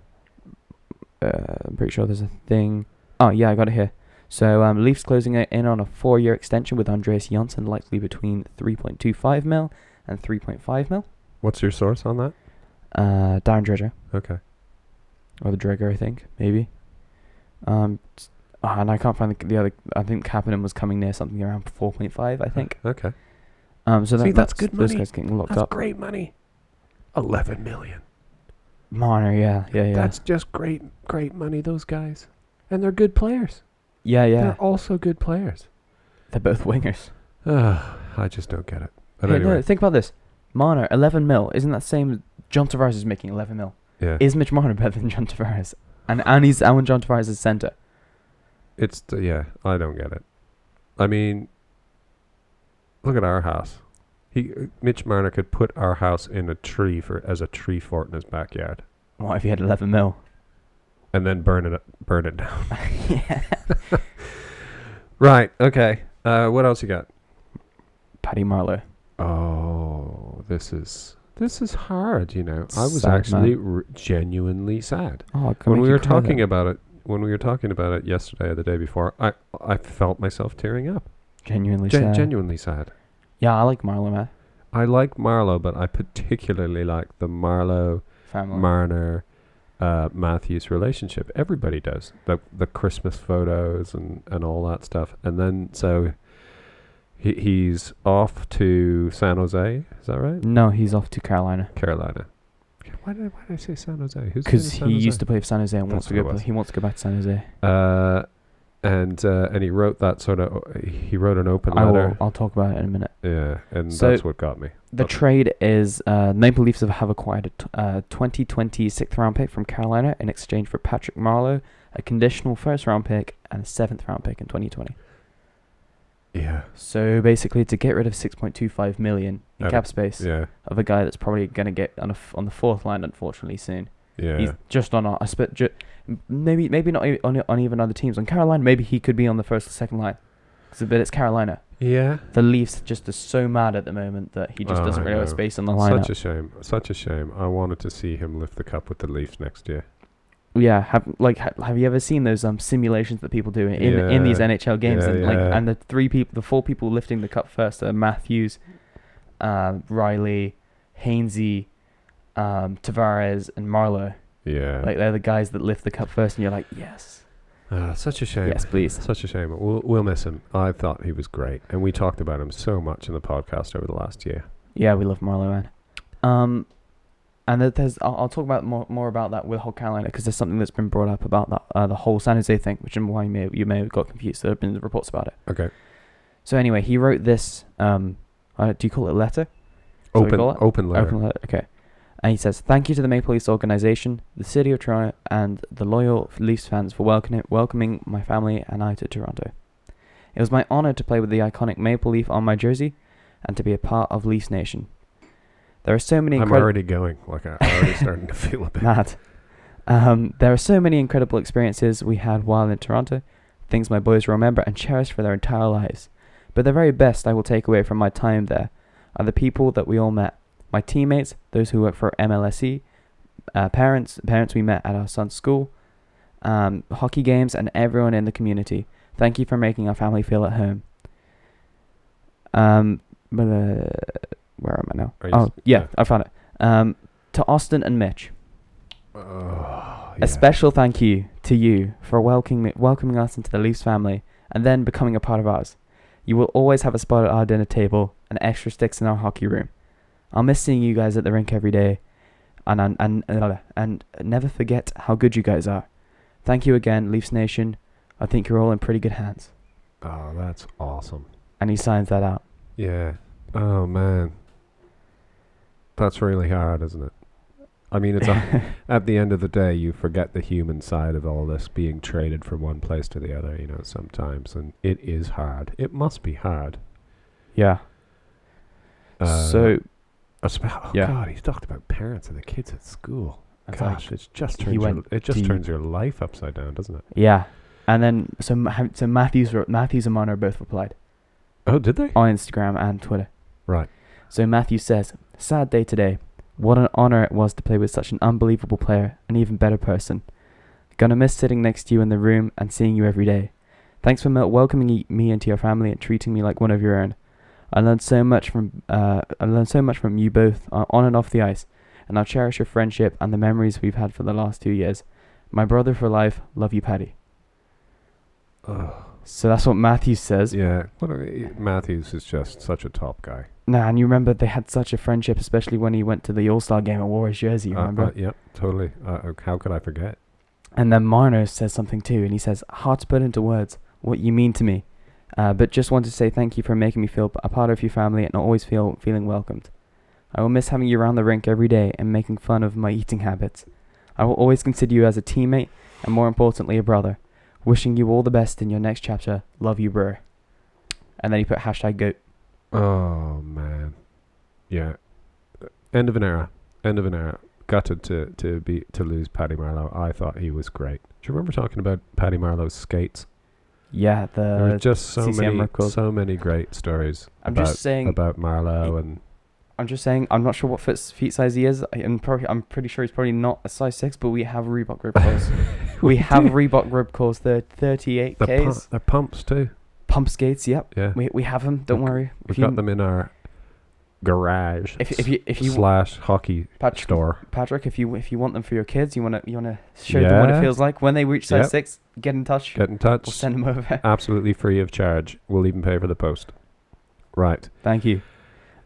uh, I'm pretty sure there's a thing. Oh yeah, I got it here. So um, Leafs closing it in on a four-year extension with Andreas Janssen, likely between 3.25 mil and 3.5 mil.
What's your source on that?
Uh, Darren Dredger
Okay.
or the Dredger, I think maybe. Um, s- ah, and I can't find the, the other. I think Kapanen was coming near something around 4.5, I think.
Okay.
Um, so that,
See, that's good
Those
money.
guys getting locked up.
great money. Eleven million.
Marner, yeah, yeah, yeah,
just great, great money. Those guys, and they're good players.
yeah, yeah.
also good players.
They're both wingers.
I just don't get it. But
Hey,
anyway,
no, think about this. Marner, 11 mil. Isn't that same? John Tavares is making 11 mil.
yeah,
Is Mitch Marner better than John Tavares? And and he's and when John Tavares is center.
it's t- yeah. I don't get it. I mean, look at our house. He uh, Mitch Marner could put our house in a tree for as a tree fort in his backyard,
What if he had 11 mil?
and then burn it up, burn it down.
yeah.
Right. Okay. Uh, what else you got?
Paddy Marlowe.
Oh, this is this is hard. You know, I was
Sad, man.
actually r- genuinely sad.
Oh,
when we were talking about it when we were talking about it yesterday or the day before i i felt myself tearing up
genuinely
Gen-
sad.
genuinely sad
yeah, I like Marlowe man.
i like marlowe but i particularly like the marlowe
Family.
marner uh, matthews relationship everybody does the the christmas photos and and all that stuff and then so he, he's off to san jose is that right
no, he's off to Carolina
carolina why did, I, why did I say San Jose? Who's
because he used to play for San Jose and wants
That's
to
what it
go. pl-
was.
He wants to go back to San Jose.
uh, and uh, and he wrote that sort of he wrote an open
I
letter.
will. I'll talk about it in a minute.
Yeah, and
So-
that's what got me.
The
Okay.
trade is uh, Maple Leafs have, have acquired a t- uh, 2020 sixth round pick from Carolina in exchange for Patrick Marlowe, a conditional first round pick, and a seventh round pick in 2020.
Yeah,
So basically, to get rid of 6.25 million in
Out
cap space
yeah,
of a guy that's probably going to get on, a f- on the fourth line, unfortunately, soon.
yeah.
He's just on a, a split. Ju- m- maybe maybe not e- on, on even other teams. On Carolina, maybe he could be on the first or second line. 'Cause- But it's Carolina.
yeah.
The Leafs just are so mad at the moment that he just
Oh,
doesn't
I
really have
know.
space on the lineup.
Such a shame. Such a shame. I wanted to see him lift the cup with the Leafs next year.
yeah have like ha- have you ever seen those um simulations that people do in in these
Yeah.
nhl games
Yeah,
and like
yeah.
and the three people the four people lifting the cup first are matthews um riley hainsey um tavares and marlowe
Yeah.
like they're the guys that lift the cup first and you're like yes
Ah, such a shame.
yes please
Such a shame. We'll, we'll miss him. I thought he was great, and we talked about him so much in the podcast over the last year.
yeah we love marlowe man um and that there's I'll, I'll talk about more, more about that with whole carolina because there's something that's been brought up about that uh, the whole san jose thing which is why you may, you may have got confused there have been reports about it
Okay.
So anyway, he wrote this um, Uh, do you call it letter? Is that what you
Open,
call it?
open letter.
Open letter, Okay. And he says, "Thank you to the Maple Leafs organization, the city of Toronto, and the loyal Leafs fans for welcoming welcoming my family and I to Toronto. It was my honor to play with the iconic Maple Leaf on my jersey, and to be a part of Leafs Nation. There are so many.
I'm
incredi-
already going. Like I'm already starting to feel a bit.
mad. Um, there are so many incredible experiences we had while in Toronto, things my boys will remember and cherish for their entire lives. But the very best I will take away from my time there are the people that we all met, my teammates, those who work for MLSE, uh, parents, parents we met at our son's school, um, hockey games, and everyone in the community. Thank you for making our family feel at home. Um, but, uh, where am I now?
Are you
Oh,
s-
yeah,
yeah.
I found it. Um, to Austin and Mitch.
Oh,
A
yeah.
special thank you to you for welcoming welcoming us into the Leafs family and then becoming a part of ours. You will always have a spot at our dinner table and extra sticks in our hockey room. I'll miss seeing you guys at the rink every day, and and and, and, and never forget how good you guys are. Thank you again, Leafs Nation. I think you're all in pretty good hands.
Oh, that's awesome.
And he signs that out.
Yeah. Oh man. That's really hard, isn't it? I mean, it's a, at the end of the day, you forget the human side of all this being traded from one place to the other, you know, sometimes, and it is hard. It must be hard.
Yeah.
Uh,
so
a spe- oh
yeah.
God, he's talked about parents and the kids at school.
That's like-
Gosh, it's just
he
turns your,
went
it just
deep.
turns your life upside down, doesn't it?
yeah, and then so Ma- so Matthews wrote- Matthews and Marner both replied.
Oh, did they?
on Instagram and Twitter.
Right.
So Matthew says, Sad day today. What an honor it was to play with such an unbelievable player, an even better person. Gonna miss sitting next to you in the room and seeing you every day. Thanks for mel- welcoming y- me into your family and treating me like one of your own. I learned so much from uh, I learned so much from you both uh, on and off the ice, and I'll cherish your friendship and the memories we've had for the last two years. My brother for life, love you, Paddy.
Oh,
So that's what Matthew says.
yeah. What a, Matthews is just such a top guy.
Nah, and you remember they had such a friendship, especially when he went to the All Star game and wore his jersey, you
Uh,
remember?
uh, yep, totally. Uh, uh, how could I forget?
And then Marner says something too, and he says, Hard to put into words what you mean to me, uh, but just want to say thank you for making me feel a part of your family and always feel feeling welcomed. I will miss having you around the rink every day and making fun of my eating habits. I will always consider you as a teammate and more importantly, a brother. Wishing you all the best in your next chapter. Love you, bro. And then he put hashtag goat.
Oh man, yeah. Uh, End of an era. End of an era. Gutted to to be to lose Paddy Marlowe. I thought he was great. Do you remember talking about Paddy Marlowe's skates?
Yeah,
there were
the.
just so
CCM
many
record.
so many great stories
I'm
about,
just saying.
about Marlowe and
I'm just saying, I'm not sure what foot, feet size he is. I- I'm probably, I'm pretty sure he's probably not a size six, but we have Reebok rib calls. we have Reebok rib calls. The 38
the pu-
Ks,
their pumps too.
pump skates. Yep,
Yeah, we,
we, we have them. Don't
We've-
worry.
have
If
got
you,
them in our garage
if, if you if you
slash hockey
Patrick,
store.
Patrick, if you if you want them for your kids, you wanna you wanna show them what
Yeah.
it feels like when they reach size
Yep.
six. Get in touch.
Get in touch.
We'll send them over.
absolutely free of charge. We'll even pay for the post. Right.
Thank you.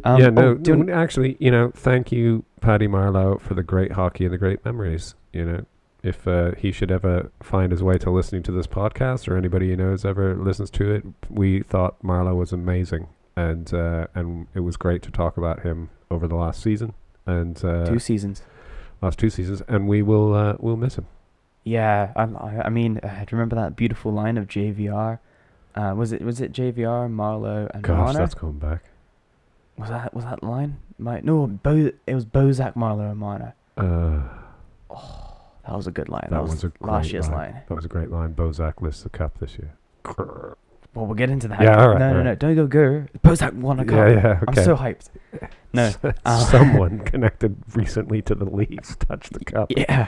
Um,
yeah,
oh,
no,
do you wanna-
n- actually, you know, thank you, Paddy Marlowe, for the great hockey and the great memories. You know, if uh, he should ever find his way to listening to this podcast or anybody he knows ever listens to it, we thought Marlowe was amazing. And uh, and it was great to talk about him over the last season and uh,
two seasons.
last two seasons, and we will uh, we'll miss him.
Yeah, I, I I mean, I remember that beautiful line of JVR. Uh, was it was it JVR Marlowe and
Gosh,
Marner?
that's going back.
Was that was that line? My no, Bo, it was Bozak Marlowe and Marner.
Uh,
That was a good line.
that,
That, was,
was a
last
great
year's
line.
line.
That was a great line. Bozak lifts the cup this year.
Well, we'll get into that.
Yeah, all right,
No,
all
no,
right.
no. Don't go go. Bozak won a cup.
Yeah, yeah, okay.
I'm so hyped. No. uh,
Someone connected recently to the Leafs touched the cup.
Yeah.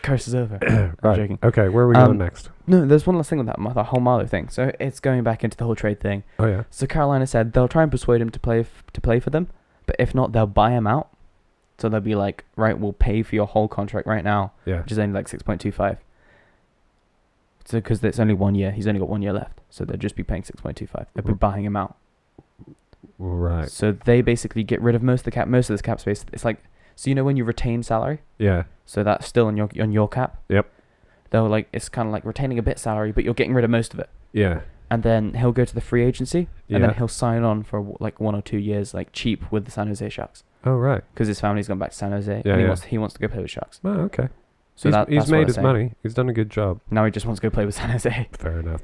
Curse is over.
right.
joking.
Okay, where are we
Um,
going next?
No, there's one last thing with that Mar- the whole Marlowe thing. So it's going back into the whole trade thing.
Oh yeah.
So Carolina said they'll try and persuade him to play f- to play for them, but if not, they'll buy him out. So they'll be like, right, we'll pay for your whole contract right now.
Yeah.
which is only like 6.25. So because it's only one year, he's only got one year left. So they'd just be paying 6.25. They'd be
Mhm.
buying him out.
Right.
So they basically get rid of most of the cap, most of this cap space. It's like so you know when you retain salary,
Yeah.
so that's still on your on your cap.
Yep.
They're like it's kind of like retaining a bit salary, but you're getting rid of most of it.
Yeah.
and then he'll go to the free agency, and
Yeah.
then he'll sign on for w- like one or two years, like cheap with the San Jose Sharks,
Oh right.
because his family's gone back to San Jose,
Yeah,
and he
yeah.
wants he wants to go play with Sharks.
Oh okay.
So
he's,
that-
he's
that's what I
made his
say.
money. He's done a good job.
Now he just wants to go play with San Jose.
Fair enough.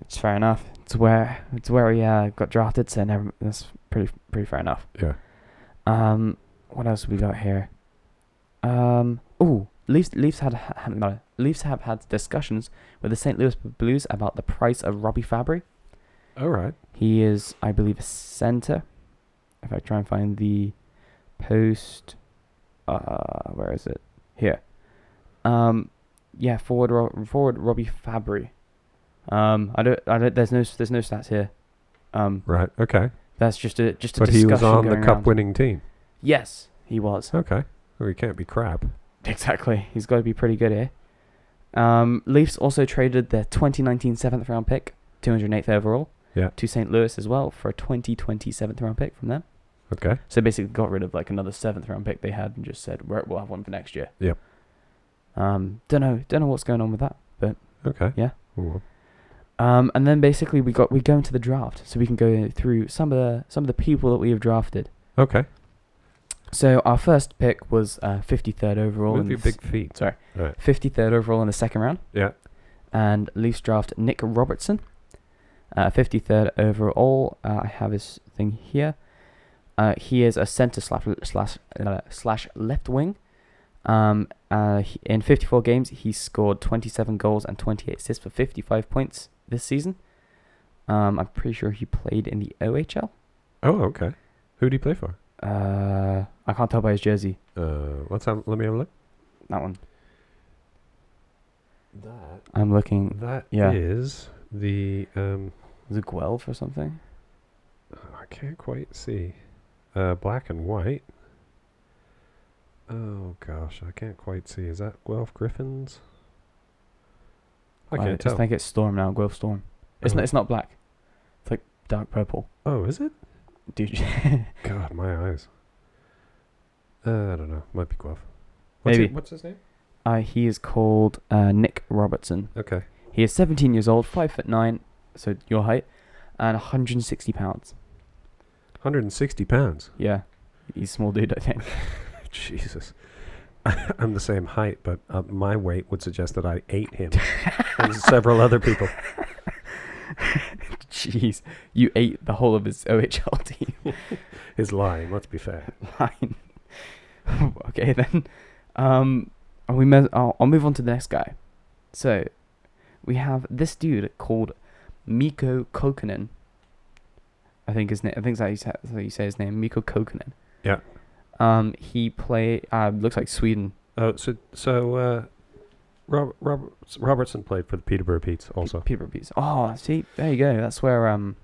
It's fair enough. It's where it's where he uh, got drafted, so never, that's pretty pretty fair enough.
Yeah.
Um, what else we got here? Um, oh, Leafs Leafs had ha- no, Leafs have had discussions with the St. Louis Blues about the price of Robbie Fabry.
All right.
He is, I believe, a center. If I try and find the post, uh, where is it? Here. Um, yeah, forward, Ro- forward, Robbie Fabry. Um, I don't, I don't. There's no, there's no stats here. Um,
Right. Okay.
that's just a, just a
But he
discussion
was on the
going
cup
around.
winning team.
Yes, he was.
Okay. Well, he can't be crap.
Exactly. He's got to be pretty good here. Um, Leafs also traded their 2019 seventh round pick, 208th overall,
Yeah.
to St. Louis as well for a 2020 seventh round pick from them.
Okay.
So basically, got rid of like another seventh round pick they had and just said We're, we'll have one for next year.
Yep.
Um, don't know, don't know what's going on with that.
Okay.
Yeah.
Ooh.
Um, and then basically we got we go into the draft, so we can go through some of the some of the people that we have drafted.
Okay.
So our first pick was uh, 53rd overall.
Move
in
your
the s-
big feet.
Sorry.
Right.
53rd overall in the second round.
Yeah.
And Leafs draft Nick Robertson, uh, 53rd overall. Uh, I have his thing here. Uh, he is a centre slash slash, uh, slash left wing. Um, uh, he- in 54 games, he scored 27 goals and 28 assists for 55 points this season. Um, I'm pretty sure he played in the OHL.
Oh, okay. Who do you play for?
Uh, I can't tell by his jersey.
Uh, let's have, let me have a look.
That one.
That
I'm looking.
that is
Mm. Yeah.
the um.
Was it Guelph or something?
I can't quite see. Uh, black and white. Oh gosh, I can't quite see. Is that Guelph Griffins? I
I
can't
just
tell.
think it's Storm now, Guelph Storm. It's
Oh.
not. It's not black. It's like dark purple.
Oh, is it?
Dude,
God, my eyes. Uh, I don't know. Might be Guelph. What's
Maybe.
It, what's his name?
uh, he is called uh, Nick Robertson.
Okay.
He is 17 years old, five foot nine, so your height, and 160 pounds.
160 pounds. Oh,
Yeah, he's a small dude, I think.
Jesus. I'm the same height, but uh, my weight would suggest that I ate him and several other people.
Jeez, you ate the whole of his OHL team
Is lying. Let's be fair.
line. okay then, um, and we mes- I'll, I'll move on to the next guy. So, we have this dude called Miko Kokonen. I think his name. I think that's how you say, that's how you say his name, Miko Kokonen.
Yeah.
Um, he play. Uh, looks like Sweden.
Oh, so so uh, Rob, Rob, Robertson played for the Peterborough Petes
Pe-
also.
Peter Bees. Oh, see, there you go. That's where um,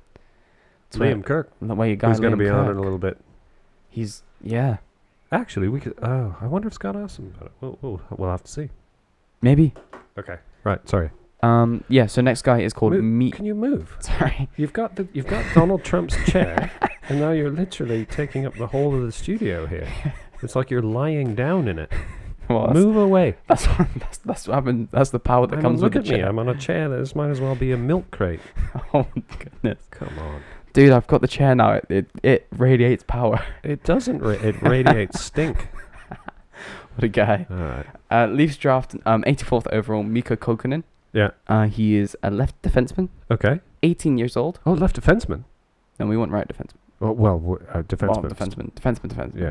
that's where-
Liam Kirk,
the way you got.
who's going to
Liam
be on in
Kirk.
a little bit.
He's yeah,
Actually, we could. Oh, I wonder if Scott asked him about it. We'll, we'll, we'll have to see.
maybe.
Okay. Right. Sorry.
Um, yeah. So next guy is called
Mo-
Me.
Can you move?
Sorry.
You've got the you've got Donald Trump's chair, and now you're literally taking up the whole of the studio here. It's like you're lying down in it.
Well, that's,
Move away.
that's, what, that's that's what happened. That's the power that
I mean,
comes
look at
with the chair.
me. I'm on a chair. This might as well be a milk crate.
oh my goodness,
Come on.
dude! I've got the chair now. It it, it radiates power.
It doesn't. Ra- it radiates stink.
what a guy.
All right.
Uh, Leafs draft um 84th overall Miko Kokonen.
Yeah.
Uh, he is a left defenseman,
Okay.
18 years old.
Oh, left defenseman.
No, we want right defenseman.
Well, well w- uh,
Well,
defenseman.
defenseman, defenseman, defenseman. Uh,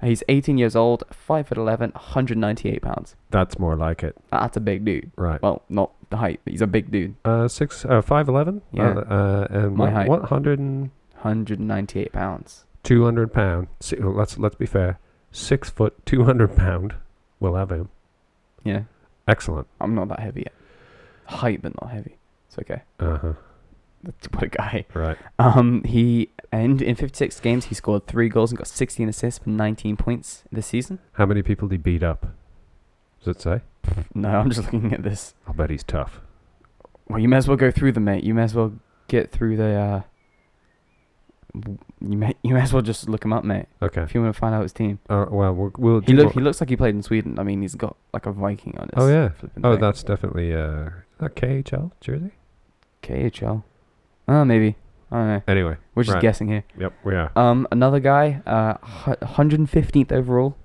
Yeah,
He's 18 years old, 5 foot 11, 198 pounds. Uh,
that's more like it.
That's a big dude.
Right.
Well, not the height, but he's a big dude.
Uh, six, uh, five eleven.
Yeah.
Uh, uh, and
My
what,
height.
what hundred and
198 pounds.
two hundred pound. Si- well, let's let's be fair. Six foot, two hundred pound. We'll have him.
Yeah,
Excellent.
I'm not that heavy yet. Height, but not heavy. It's okay.
Uh huh.
That's what a guy.
Right.
Um, he and in 56 games he scored three goals and got 16 assists for 19 points this season.
How many people did he beat up? Does it say?
No, I'm just looking at this.
I'll bet he's tough.
Well, you may as well go through them, mate. You may as well get through the. Uh, w- you may you may as well just look him up, mate.
Okay.
If you want to find out his team.
Uh, well, we'll, we'll
He
do
look
what-
he looks like he played in Sweden. I mean, he's got like a Viking on his.
Oh, yeah.
flipping
Oh,
thing.
that's definitely uh, is that KHL jersey.
KHL. Oh, maybe. I don't know.
Anyway,
We're just
Right.
guessing here.
yep, we are.
Um, another guy, uh, hu- 115th overall.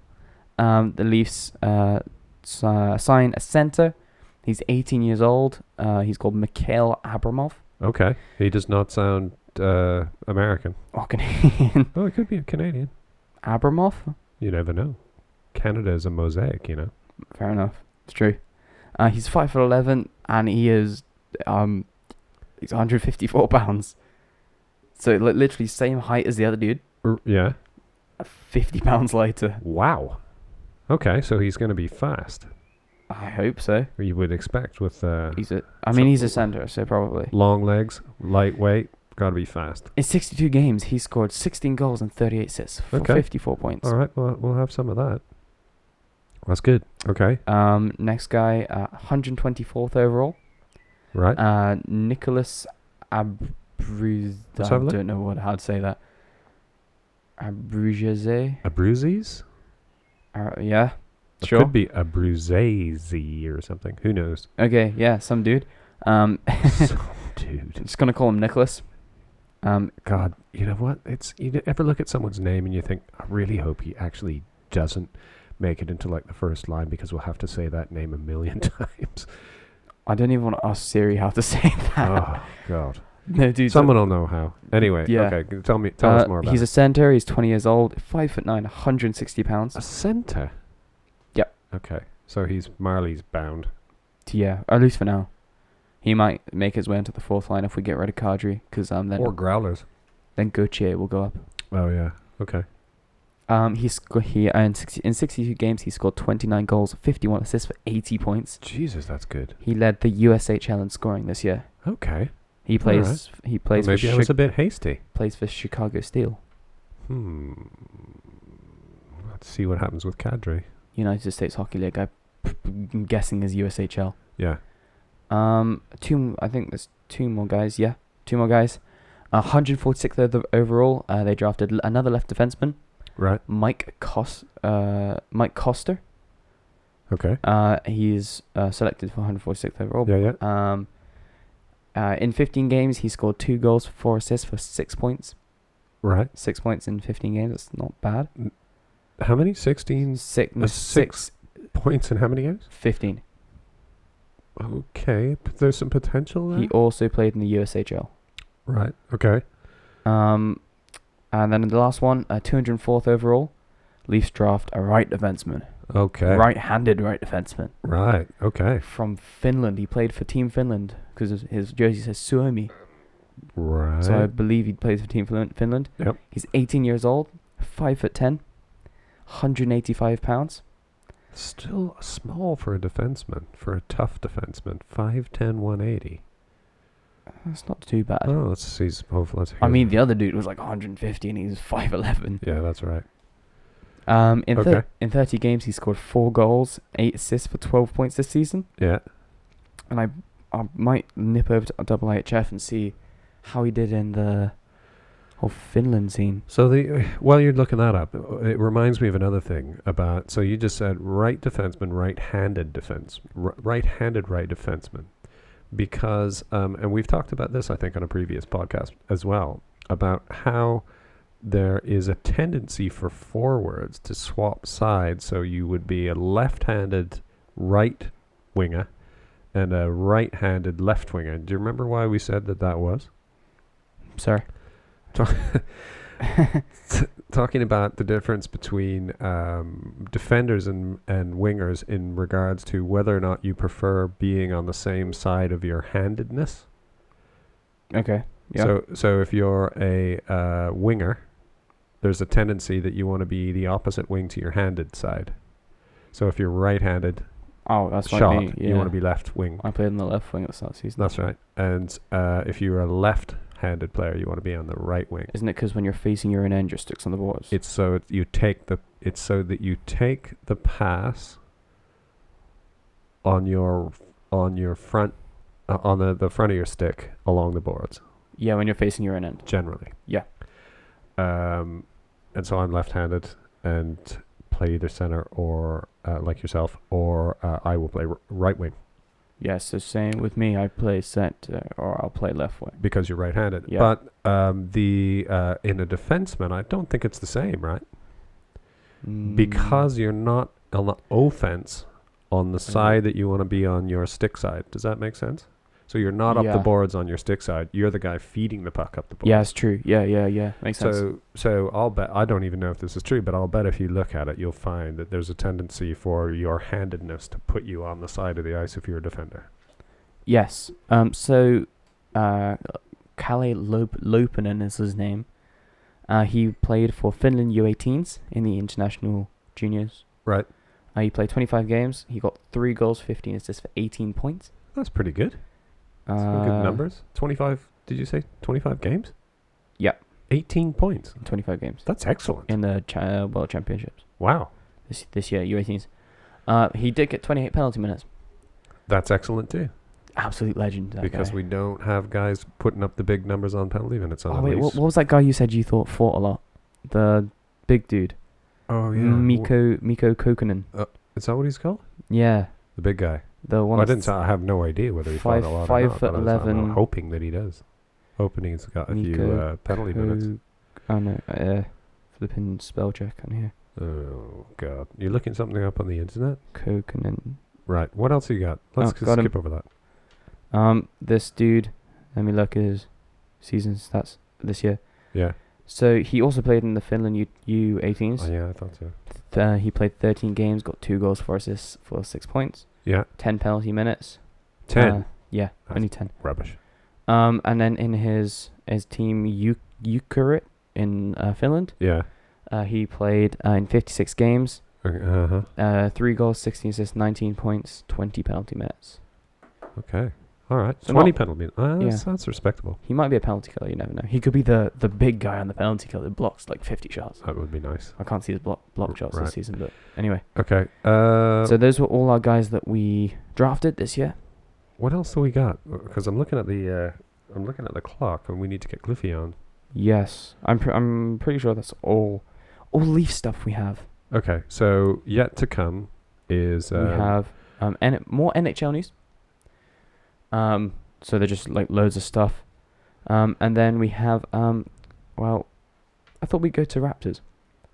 Um, the Leafs uh, s- uh, sign a center. He's 18 years old. Uh, he's called Mikhail Abramov.
Okay, he does not sound uh, American.
Oh, Canadian.
Oh, he could be a Canadian.
Abramov?
You never know. Canada is a mosaic, you know.
Fair enough. It's true. Uh, he's five foot eleven, and he is um, he's 154 pounds. So li- literally same height as the other dude,
R- yeah.
50 pounds lighter.
Wow. Okay, so he's going to be fast.
I hope so.
You would expect with uh,
He's a. I
So-
mean, he's a center, so probably.
long legs, lightweight. Got to be fast.
In 62 games, he scored 16 goals and 38 assists for
Okay.
54 points.
All right, well, we'll have some of that. That's good. Okay,
Um, next guy, uh, 124th overall,
right.
uh, Nicholas Abruz. I
Let's have a look.
don't know what how to say that. Abruzese.
Abruzes?
Uh, yeah.
It
Sure.
Could be Abruzese or something. Who knows?
Okay, yeah, some dude. Um,
So, dude.
just gonna call him Nicholas. Um,
God, you know what? It's you d- ever look at someone's name and you think, I really hope he actually doesn't make it into like the first line because we'll have to say that name a million times.
I don't even want to ask Siri how to say that.
oh God,
no, dude. so-
someone will know how. Anyway,
Yeah.
okay, g- tell me, tell us
uh,
more about.
He's a
it.
center. He's 20 years old, five foot nine, 160 pounds.
a center.
Yep.
Okay, so he's Marley's bound.
Yeah, at least for now. He might make his way into the fourth line if we get rid of Kadri, because um, then
or growlers.
then Gauthier will go up.
Oh yeah. Okay.
Um, he's sc- he uh, in 60, in 62 games he scored 29 goals, 51 assists for 80 points.
Jesus, that's good.
He led the USHL in scoring this year.
Okay.
He
All right.
plays he
Well,
plays
maybe
for
I was
Chi-
a bit hasty.
plays for Chicago Steel.
Hmm. Let's see what happens with Kadri.
United States Hockey League. I- I'm guessing is USHL.
Yeah.
Um, two. m- I think there's two more guys. Yeah, two more guys. 146th of the overall. Uh, they drafted l- another left defenseman,
Right.
Mike Cos. Uh, Mike Coster.
Okay.
Uh, he's uh, selected for 146th overall.
Yeah. Yeah.
Um, uh, in 15 games, he scored two goals, four assists for six points.
Right.
Six points in 15 games. That's not bad.
How many? 16
Six.
Uh, six.
six.
points in how many games?
15.
Okay. But there's some potential there.
He also played in the USHL.
right. Okay.
Um, and then the last one, uh, 204th overall, Leafs draft a right defenseman,
Okay.
right-handed right defenseman
Right. Okay.
from Finland. He played for Team Finland because his, his jersey says Suomi,
Right.
so I believe he plays for Team Fin- Finland.
Yep.
He's 18 years old, five foot 10, 185 pounds.
Still small for a defenseman, for a tough defenseman. 5'10", 180.
That's not too bad.
Oh, let's see. s- Hopefully, let's
I
hear
mean,
that.
the other dude was like 150 and he was 5'11.
yeah, that's right.
Um, in, thir-
Okay.
in 30 games, he scored four goals, eight assists for 12 points this season.
Yeah.
and I I might nip over to Double IHF and see how he did in the whole Finland scene.
So the while you're looking that up, it reminds me of another thing about. So you just said right defenseman, right-handed defense, r- right-handed right defenseman, because um, and we've talked about this I think on a previous podcast as well about how there is a tendency for forwards to swap sides. So you would be a left-handed right winger and a right-handed left winger. Do you remember why we said that that was?
Sorry.
talking about the difference between um, defenders and, and wingers in regards to whether or not you prefer being on the same side of your handedness.
Okay. Yeah.
So, so if you're a uh, winger, there's a tendency that you want to be the opposite wing to your handed side. So if you're right-handed
oh, that's
shot,
like me. Yeah.
you want to be left wing.
I played in the left wing at the start of the season.
That's right. And uh, if you're a left-handed player, you want to be on the right wing.
Isn't it because when you're facing your own end, your stick's on the boards?
It's so it, you take the it's so that you take the pass on your on your front uh, on the, the front of your stick along the boards
yeah, when you're facing your own end.
generally.
Yeah.
Um, and so I'm left-handed and play either center or uh, like yourself or uh, I will play r- right wing.
Yeah, so same with me. I play center or I'll play left wing.
because you're right-handed.
Yeah.
But um, the uh, in a defenseman, I don't think it's the same, right?
Mm,
Because you're not on the offense on the
Mm.
side that you want to be on your stick side. Does that make sense? So you're not up
Yeah.
the boards on your stick side. You're the guy feeding the puck up the board.
yeah, it's true. Yeah, yeah, yeah. Makes sense.
So, so I'll bet I don't even know if this is true, but I'll bet if you look at it, you'll find that there's a tendency for your handedness to put you on the side of the ice if you're a defender.
Yes. Um. So, uh, Kalle Lop- Lopanen is his name. Uh, he played for Finland U18s in the international juniors.
Right.
Uh, he played 25 games. He got three goals, 15 assists for 18 points.
That's pretty good.
Uh,
Some good numbers. Twenty-five. Did you say twenty-five games?
Yeah.
Eighteen points.
25 games
That's excellent.
in the chi- uh, World Championships
Wow.
this this year U18s. Uh, he did get 28 penalty minutes.
That's excellent too,
Absolute legend. that
because
guy.
we don't have guys putting up the big numbers on penalty minutes on
Oh
the
wait,
Leafs.
what, what was that guy you said you thought fought a lot? The big dude,
Oh yeah, Wha-
Miko Miko Kokkonen.
Is that what he's called?
Yeah,
The big guy.
the one.
Well, I
that's-
didn't. say- I have no idea whether he
five-
fought a lot
five
or not.
foot
but I was- I'm
11
hoping that he does. Hoping he's got a few
Miko
uh, penalty minutes.
Ko- Oh no, uh, flipping spell check on here.
Oh god, you're looking something up on the internet,
Kokkonen.
right? What else you got? Let's
Oh,
just
got him.
skip over that.
Um, this dude. Let me look at his season stats this year.
Yeah.
So he also played in the Finland U U
Oh,
eighteens.
yeah, I thought so.
Uh, he played 13 games, got two goals, four assists for six points,
Yeah,
10 penalty minutes.
ten.
Uh, yeah,
Nice.
only 10.
Rubbish.
Um, and then in his his team Uk- Ukerit in uh, Finland,
Yeah.
uh, he played uh, in 56 games,
Uh huh.
uh, three goals, 16 assists, 19 points, 20 penalty minutes.
Okay. All right.
So
Twenty
not-
penalty minutes. Uh,
Yeah.
that's, that's respectable.
He might be a penalty killer. You never know. He could be the the big guy on the penalty killer that blocks like 50 shots.
That would be nice.
I can't see his block block
R-
shots
right.
this season, but anyway.
Okay. Uh,
so those were all our guys that we drafted this year.
what else do we got? Because I'm looking at the uh, I'm looking at the clock, and we need to get Cliffy on.
Yes, I'm pre- I'm pretty sure that's all all Leaf stuff we have.
Okay. So yet to come is um,
we have um N- more NHL news. Um, so they're just like loads of stuff. Um, and then we have um, well, I thought we'd go to Raptors. That's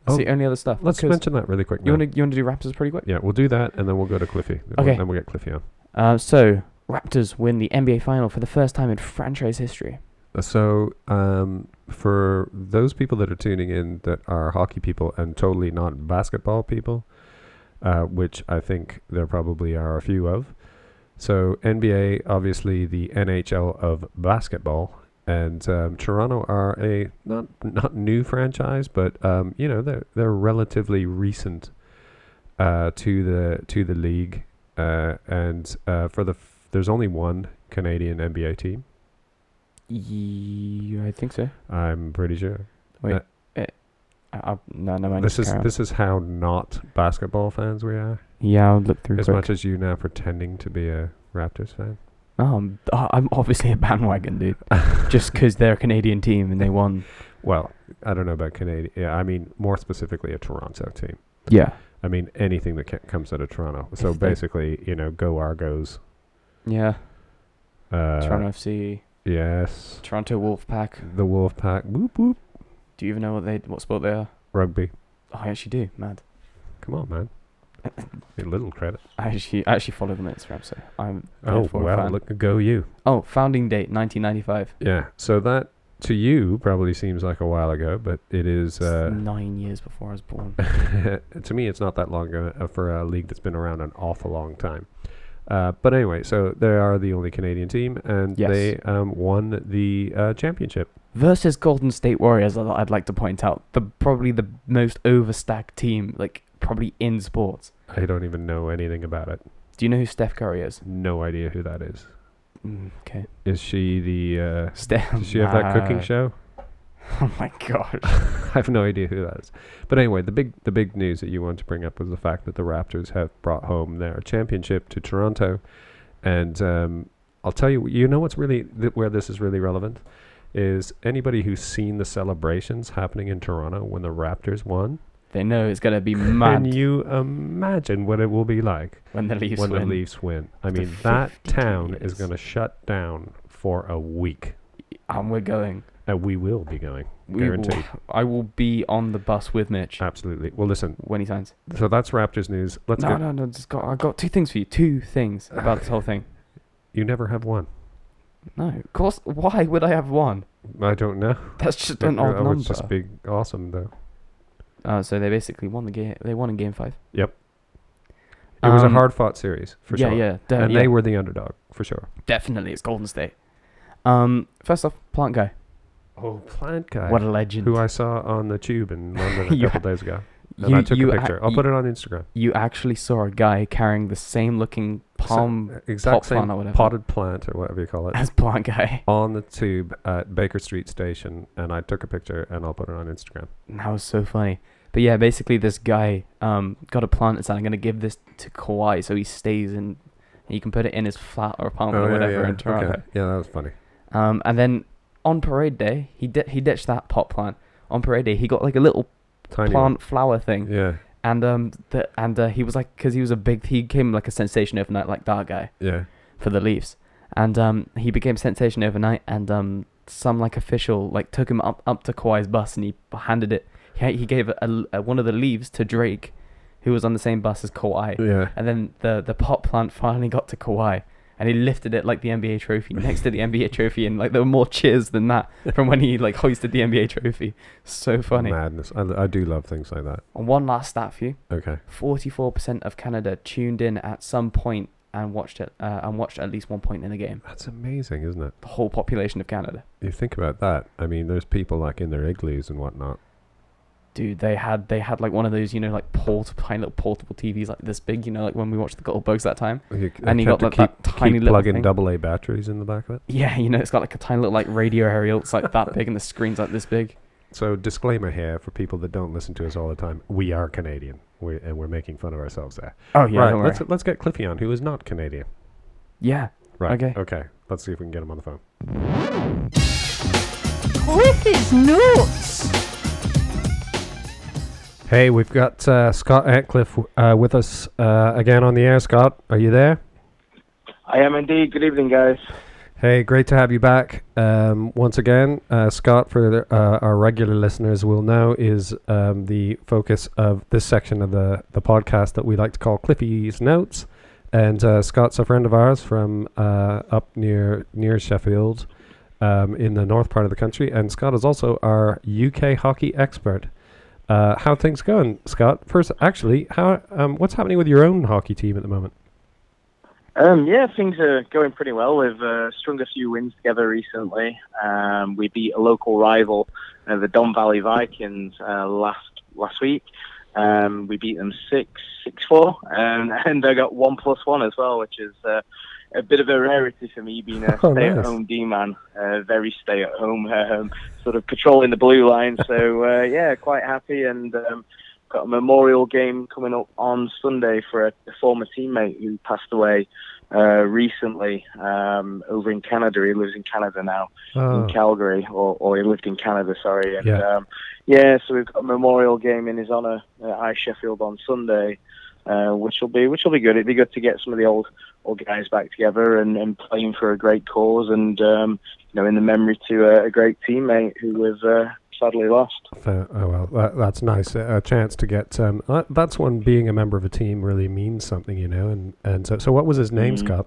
Oh,
the only other stuff.
Let's
'cause
mention that really quick.
You
now.
want to you want to do Raptors pretty quick?
Yeah, we'll do that, and then we'll go to Cliffy. Then we'll-
Okay.
Then we'll get Cliffy on.
Uh, so Raptors win the NBA final for the first time in franchise history.
Uh, So, um, for those people that are tuning in that are hockey people and totally not basketball people, uh, which I think there probably are a few of. So, NBA, obviously the NHL of basketball, and um, Toronto are a not not new franchise, but um, you know they're they're relatively recent uh, to the to the league, uh, and uh, for the f- there's only one Canadian NBA team.
Yeah, I think so.
I'm pretty sure.
I, I, Uh, no, no, mind.
this
just
is
carry on.
this is how not basketball fans we are.
Yeah, I'll look through
As
quick.
much as you now pretending to be a Raptors fan.
Oh, I'm, uh, I'm obviously a bandwagon dude. Just 'cause they're a Canadian team and they won.
Well, I don't know about Canadian. Yeah, I mean more specifically a Toronto team.
Yeah.
I mean anything that ca- comes out of Toronto. So
It's the-
basically, you know, go Argos.
Yeah.
Uh,
Toronto FC,
Yes.
Toronto Wolfpack.
The Wolfpack. Whoop whoop.
Do you even know what they what sport they are?
Rugby.
Oh, I actually do. Mad.
Come on, man. A little credit.
I actually I actually follow them on Instagram, so I'm
Oh
therefore a
well,
fan.
look go you.
Oh, founding date 1995.
Yeah. So that to you probably seems like a while ago, but it is.
It's
Uh,
nine years before I was born.
to me, it's not that long ago uh, for a league that's been around an awful long time. Uh, but anyway, so they are the only Canadian team, and
Yes.
they um, won the uh, championship.
Versus Golden State Warriors. I'd- I'd like to point out the probably the most overstacked team, like probably in sports.
I don't even know anything about it.
Do you know who Steph Curry is?
No idea who that is.
Mm, okay.
Is she the? Uh,
Steph.
does she have that cooking
Nah.
show?
Oh my gosh.
I have no idea who that is. But anyway, the big the big news that you wanted to bring up was the fact that the Raptors have brought home their championship to Toronto, and um, I'll tell you, you know what's really th- where this is really relevant is anybody who's seen the celebrations happening in Toronto when the Raptors won.
They know it's gonna be mad
Can you imagine what it will be like
when the Leafs
when
win.
the Leafs win? I
After
mean, that
52
town is
years.
going to shut down for a week,
And we're going.
and we will be going.
We will,
Guaranteed.
I will be on the bus with Mitch
Absolutely. Well, listen.
when he signs.
So that's Raptors news. Let's
no,
go.
no, no. Just got. I got two things for you. Two things about this whole thing.
You never have one.
No, of course. Why would I have one?
I don't know.
That's just
That-
an odd
that
number.
would just be awesome, though.
Uh, so they basically won the game. They won in game five.
It was a
Um,
hard-fought series for
yeah,
sure.
yeah, de-
and
yeah.
they were the underdog for sure.
definitely it's Golden State. Um, first off, Plant guy.
Oh, plant guy.
What a legend.
who I saw on the tube in London a
You-
couple days ago. And
you,
I took
you
a
ac-
picture. I'll
you-
put it on Instagram.
You actually saw a guy carrying the same looking
So- uh,
palm
exact
pot
same
plant or whatever.
potted plant or whatever you call it
as Plant guy.
on the tube at Baker Street station, and I took a picture and I'll put it on Instagram.
And That was so funny. But yeah, basically this guy um got a plant and said, "I'm gonna give this to Kawhi so he stays in. He can put it in his flat or apartment or Oh, whatever in Toronto."
Okay. Oh, Yeah, that was funny.
Um, and then on parade day, he di- he ditched that pot plant. On parade day, he got like a little
Tiny
plant
one.
flower thing,
Yeah,
and um, the, and uh, he was like, because he was a big, he became like a sensation overnight, like that guy
yeah.
for the Leafs, and um, he became sensation overnight, and um, some like official like took him up up to Kawhi's bus, and he handed it, he, he gave a, a- one of the leaves to Drake, who was on the same bus as Kawhi,
Yeah.
and then the the pot plant finally got to Kawhi, and he lifted it like the NBA trophy next to the NBA trophy, and like there were more cheers than that from when he like hoisted the NBA trophy. So funny.
Madness. I, I do love things like that.
And one last stat for you:
Okay.
forty-four percent of Canada tuned in at some point and watched it uh, and watched at least one point in the game.
That's amazing, isn't it?
The whole population of Canada,
You think about that. I mean, there's people like in their igloos and whatnot.
dude. They had they had like one of those you know like port tiny little portable TVs like this big. You know like when we watched the Goldbergs that time.
You, they
And he
have
got
to
like that
keep,
tiny
keep
little
plugging
thing.
double A batteries in the back of it.
Yeah, you know it's got like a tiny little like radio aerial. It's like that big and the screen's like this big.
So disclaimer here for people that don't listen to us all the time: we are Canadian, we and we're making fun of ourselves there.
Oh yeah,
right.
don't worry.
Let's let's get Cliffy on, who is not Canadian.
Yeah.
Right.
Okay.
Okay. Let's see if we can get him on the phone.
Cliffy's notes.
Hey, we've got uh, Scott Atcliffe uh, with us uh, again on the air. Scott, are you there?
I am indeed. Good evening, guys.
Hey, great to have you back um, once again. Uh, Scott, for the, uh, our regular listeners, will know is um, the focus of this section of the, the podcast that we like to call Cliffy's Notes. And uh, Scott's a friend of ours from uh, up near near Sheffield, um, in the north part of the country. And Scott is also our UK hockey expert. Uh, how things going, Scott? First, actually, how um, what's happening with your own hockey team at the moment?
Um, yeah, things are going pretty well. We've uh, strung a few wins together recently. Um, we beat a local rival, uh, the Don Valley Vikings, uh, last last week. Um, we beat them six six four, and and I got one plus one as well, which is uh, a bit of a rarity for me, being a
Oh,
stay
nice.
at home D man, uh, very stay at home, um, sort of patrolling the blue line. So uh, yeah, quite happy and. Um, Got a memorial game coming up on Sunday for a, a former teammate who passed away uh, recently um, over in Canada. He lives in Canada now,
Oh,
in Calgary, or, or he lived in Canada, sorry. And,
Yeah.
Um, yeah, so we've got a memorial game in his honour at High Sheffield on Sunday, uh, which will be which will be good. It'd be good to get some of the old old guys back together and, and playing for a great cause and um, you know in the memory to a, a great teammate who we've uh, sadly lost.
Fair. Oh well, that, that's nice. A, a chance to get um, that, that's when being a member of a team really means something, you know. And and so, so what was his name,
Mhm.
Scott?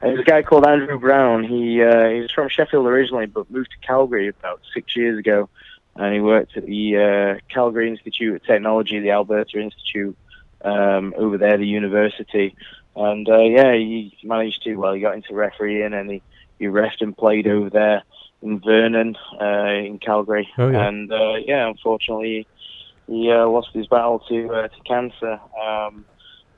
There's a guy called Andrew Brown. He uh, he was from Sheffield originally, but moved to Calgary about six years ago, and he worked at the uh, Calgary Institute of Technology, the Alberta Institute um, over there, the university. And uh, yeah, he managed to well, he got into refereeing and he he refed and played over there in Vernon uh, in Calgary.
Oh, yeah.
And uh, yeah, unfortunately, he uh, lost his battle to uh, to cancer. Um,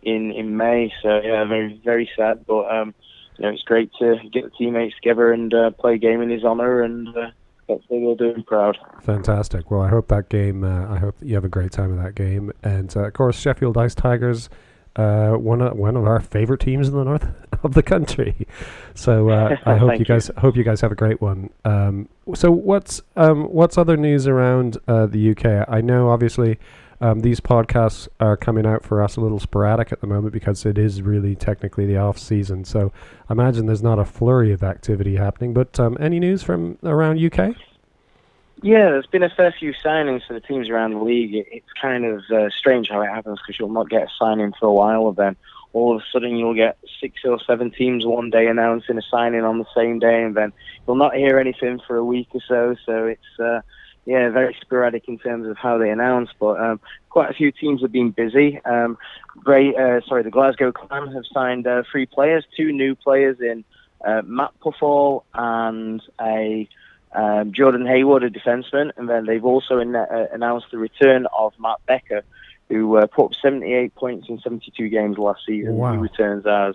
in, in May, so yeah, very very sad. But um, you know, it's great to get the teammates together and uh, play a game in his honour, and uh, hopefully we'll do him proud.
Fantastic. Well, I hope that game. Uh, I hope that you have a great time at that game. uh, And uh, of course, Sheffield Ice Tigers, uh, one of one of our favorite teams in the north of the country. So uh, I hope
Thank
you guys hope you guys have a great one. Um, so what's um, what's other news around uh, the UK? I know obviously um, these podcasts are coming out for us a little sporadic at the moment because it is really technically the off season. So I imagine there's not a flurry of activity happening. But um, any news from around UK?
Yeah, there's been a fair few signings for the teams around the league. It, it's kind of uh, strange how it happens because you'll not get a signing for a while, and then all of a sudden you'll get six or seven teams one day announcing a signing on the same day, and then you'll not hear anything for a week or so. So it's uh, yeah, very sporadic in terms of how they announce. But um, quite a few teams have been busy. Um, Bray, uh, sorry, the Glasgow Clan have signed uh, three players, two new players in uh, Matt Puffall and a um, Jordan Hayward, a defenseman, and then they've also in, uh, announced the return of Matt Becker, who uh, put up 78 points in 72 games last season.
Wow.
He returns as,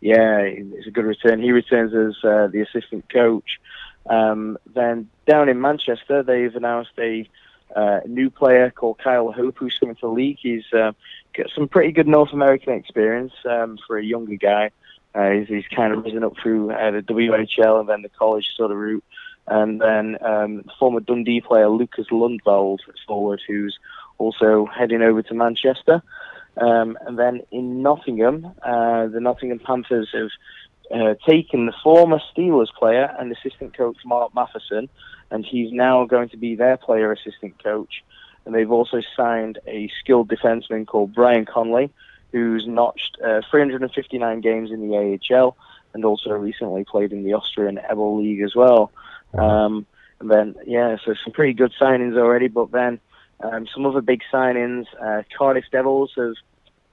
yeah, it's a good return. He returns as uh, the assistant coach. Um, then down in Manchester, they've announced a uh, new player called Kyle Hope, who's coming to the league. He's uh, got some pretty good North American experience um, for a younger guy. Uh, he's, he's kind of risen up through uh, the WHL and then the college sort of route. And then um, former Dundee player Lucas Lundvald, forward, who's also heading over to Manchester. Um, and then in Nottingham, uh, the Nottingham Panthers have uh, taken the former Steelers player and assistant coach Mark Matheson, and he's now going to be their player assistant coach. And they've also signed a skilled defenseman called Brian Conley, who's notched uh, 359 games in the AHL and also recently played in the Austrian Ebel League as well. Um, and then, yeah, so some pretty good signings already. But then um, some other big signings. Uh, Cardiff Devils have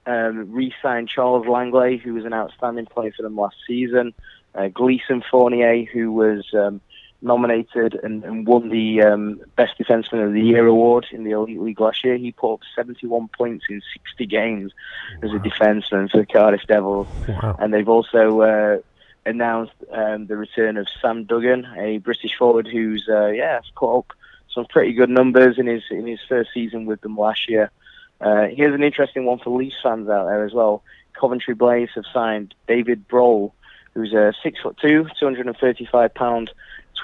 um, re-signed Charles Langley, who was an outstanding player for them last season. Uh, Gleason Fournier, who was um, nominated and, and won the um, Best Defenseman of the Year award in the Elite League last year. He put up 71 points in 60 games as a defenseman for the Cardiff Devils.
Wow.
And they've also uh, announced um, the return of Sam Duggan, a British forward who's uh, yeah put up some pretty good numbers in his in his first season with them last year. Uh, here's an interesting one for Leafs fans out there as well. Coventry Blaze have signed David Brohl, who's a six foot two, 235 pound,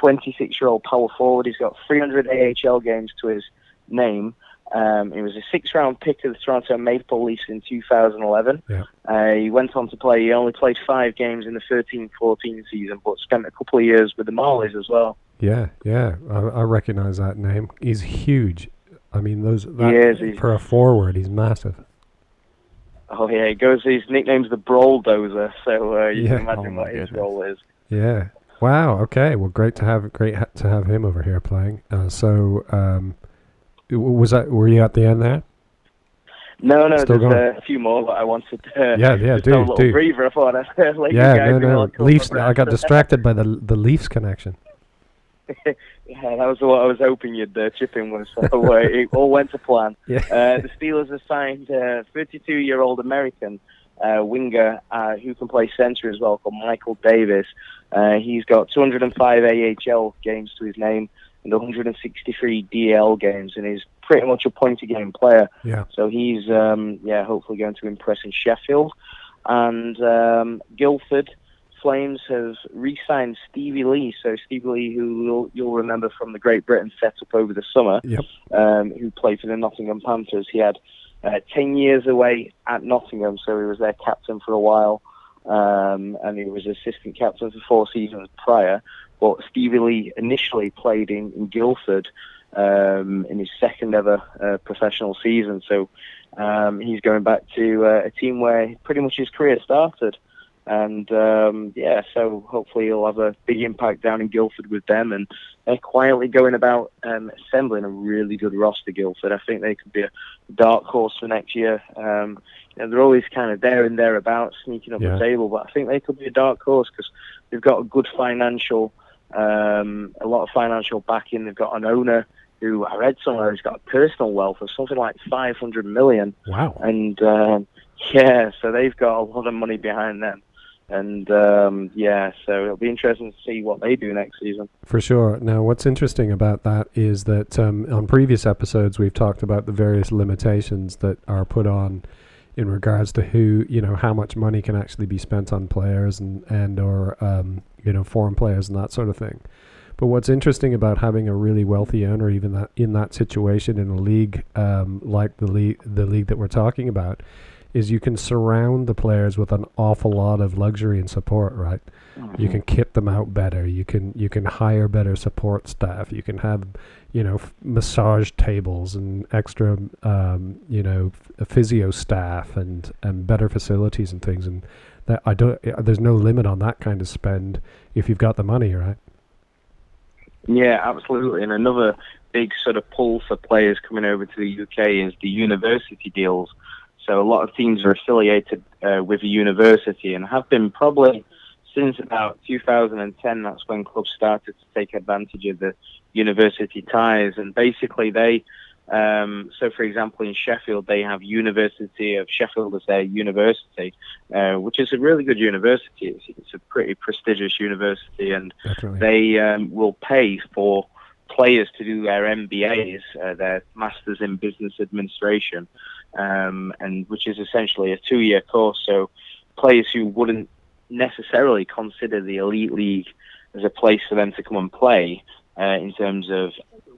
26 year old power forward. He's got 300 AHL games to his name. Um, he was a six round pick of the Toronto Maple Leafs in 2011.
Yeah.
Uh, he went on to play, he only played five games in the 13 14 season, but spent a couple of years with the Marlies as well.
Yeah, yeah, I, I recognize that name. He's huge. I mean, those that,
is, he's-
for a forward, he's massive.
Oh, yeah, he goes, his nickname's the Brawl Dozer, so uh, you
Yeah.
can imagine
Oh,
what
my
his
goodness.
role is.
Yeah. Wow. Okay. Well, great to have great ha- to have him over here playing. Uh, so, um, w- was that were you at the end there?
No, no,
Still
there's
going.
uh, a few more that I wanted to.
Yeah, yeah,
just have a
do,
little
do.
breather. I thought I'd let
yeah.
you guys
No,
be
no.
like, "Cool,
Leafs.
my
I got
friend."
distracted by the the Leafs connection.
Yeah, that was what I was hoping you'd uh, chip in with. So uh, it all went to plan.
Yeah.
Uh, the Steelers have signed a 32 year old American uh, winger uh, who can play centre as well called Michael Davis. Uh, he's got 205 AHL games to his name and 163 DL games, and he's pretty much a point a game player.
Yeah.
So he's um, yeah, hopefully going to impress in Sheffield. And um, Guildford Flames have re-signed Stevie Lee. So Stevie Lee, who you'll, you'll remember from the Great Britain setup over the summer,
Yep.
um, who played for the Nottingham Panthers. He had uh, ten years away at Nottingham, so he was their captain for a while, um, and he was assistant captain for four seasons prior. But Stevie Lee initially played in, in Guildford um, in his second ever uh, professional season. So um, he's going back to uh, a team where pretty much his career started. And um, yeah, so hopefully he'll have a big impact down in Guildford with them. And they're quietly going about um, assembling a really good roster, Guildford. I think they could be a dark horse for next year. Um, you know, they're always kind of there and thereabouts, sneaking up
Yeah.
the table. But I think they could be a dark horse because they've got a good financial, um, a lot of financial backing. They've got an owner who I read somewhere has got personal wealth of something like 500 million.
Wow.
And um, yeah, so they've got a lot of money behind them. And um, yeah, so it'll be interesting to see what they do next season.
For sure. Now, what's interesting about that is that um, on previous episodes, we've talked about the various limitations that are put on in regards to who you know how much money can actually be spent on players and and or um, you know foreign players and that sort of thing. But what's interesting about having a really wealthy owner, even that in that situation in a league um, like the league the league that we're talking about, is you can surround the players with an awful lot of luxury and support, right?
Mm-hmm.
You can kit them out better. You can you can hire better support staff. You can have, you know, f- massage tables and extra, um, you know, f- physio staff and and better facilities and things. And that I don't. uh, There's no limit on that kind of spend if you've got the money, right?
Yeah, absolutely. And another big sort of pull for players coming over to the UK is the university deals. So a lot of teams are affiliated uh, with a university and have been probably since about 2010. That's when clubs started to take advantage of the university ties. And basically, they um, so for example in Sheffield they have University of Sheffield as their university, uh, which is a really good university. It's, it's a pretty prestigious university and
Definitely. Uh,
they um, will pay for players to do their MBAs, uh, their Masters in Business Administration, um, and which is essentially a two-year course. So players who wouldn't necessarily consider the elite league as a place for them to come and play, uh, in terms of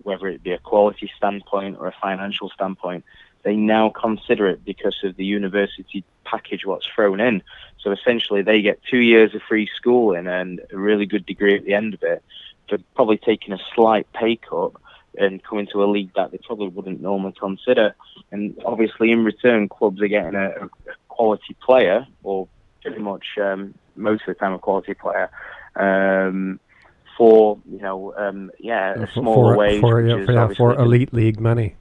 whether it be a quality standpoint or a financial standpoint. They now consider it because of the university package what's thrown in. So essentially, they get two years of free schooling and a really good degree at the end of it for probably taking a slight pay cut and coming to a league that they probably wouldn't normally consider. And obviously, in return, clubs are getting a, a quality player, or pretty much um, most of the time a quality player, um, for you know, um, yeah,
Uh,
a
for-
smaller
for,
wage,
for,
which
yeah,
is
for, yeah, for
obviously-
elite league money.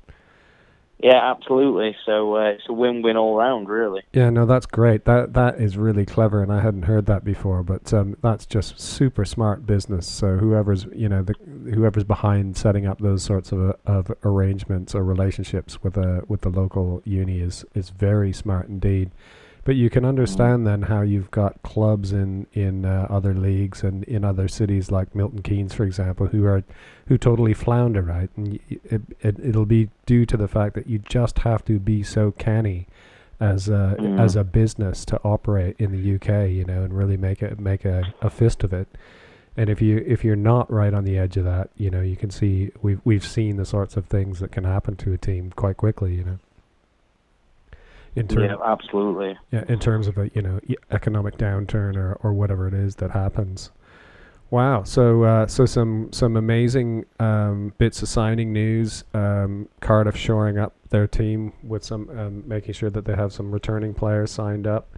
yeah, absolutely. So uh, it's a win-win all round, really.
Yeah, no, that's great. That that is really clever, and I hadn't heard that before. But um, that's just super smart business. So whoever's you know the whoever's behind setting up those sorts of uh, of arrangements or relationships with a with the local uni is is very smart indeed. But you can understand then how you've got clubs in in uh, other leagues and in other cities like Milton Keynes, for example, who are who totally flounder, right? And y- it, it it'll be due to the fact that you just have to be so canny as a
Mm.
as a business to operate in the UK, you know, and really make it make a, a fist of it. And if you if you're not right on the edge of that, you know, you can see we've we've seen the sorts of things that can happen to a team quite quickly, you know. In terms
Yeah, absolutely.
yeah, in terms of a you know e- economic downturn or, or whatever it is that happens. Wow. So uh, so some some amazing um, bits of signing news. Um, Cardiff shoring up their team with some um, making sure that they have some returning players signed up.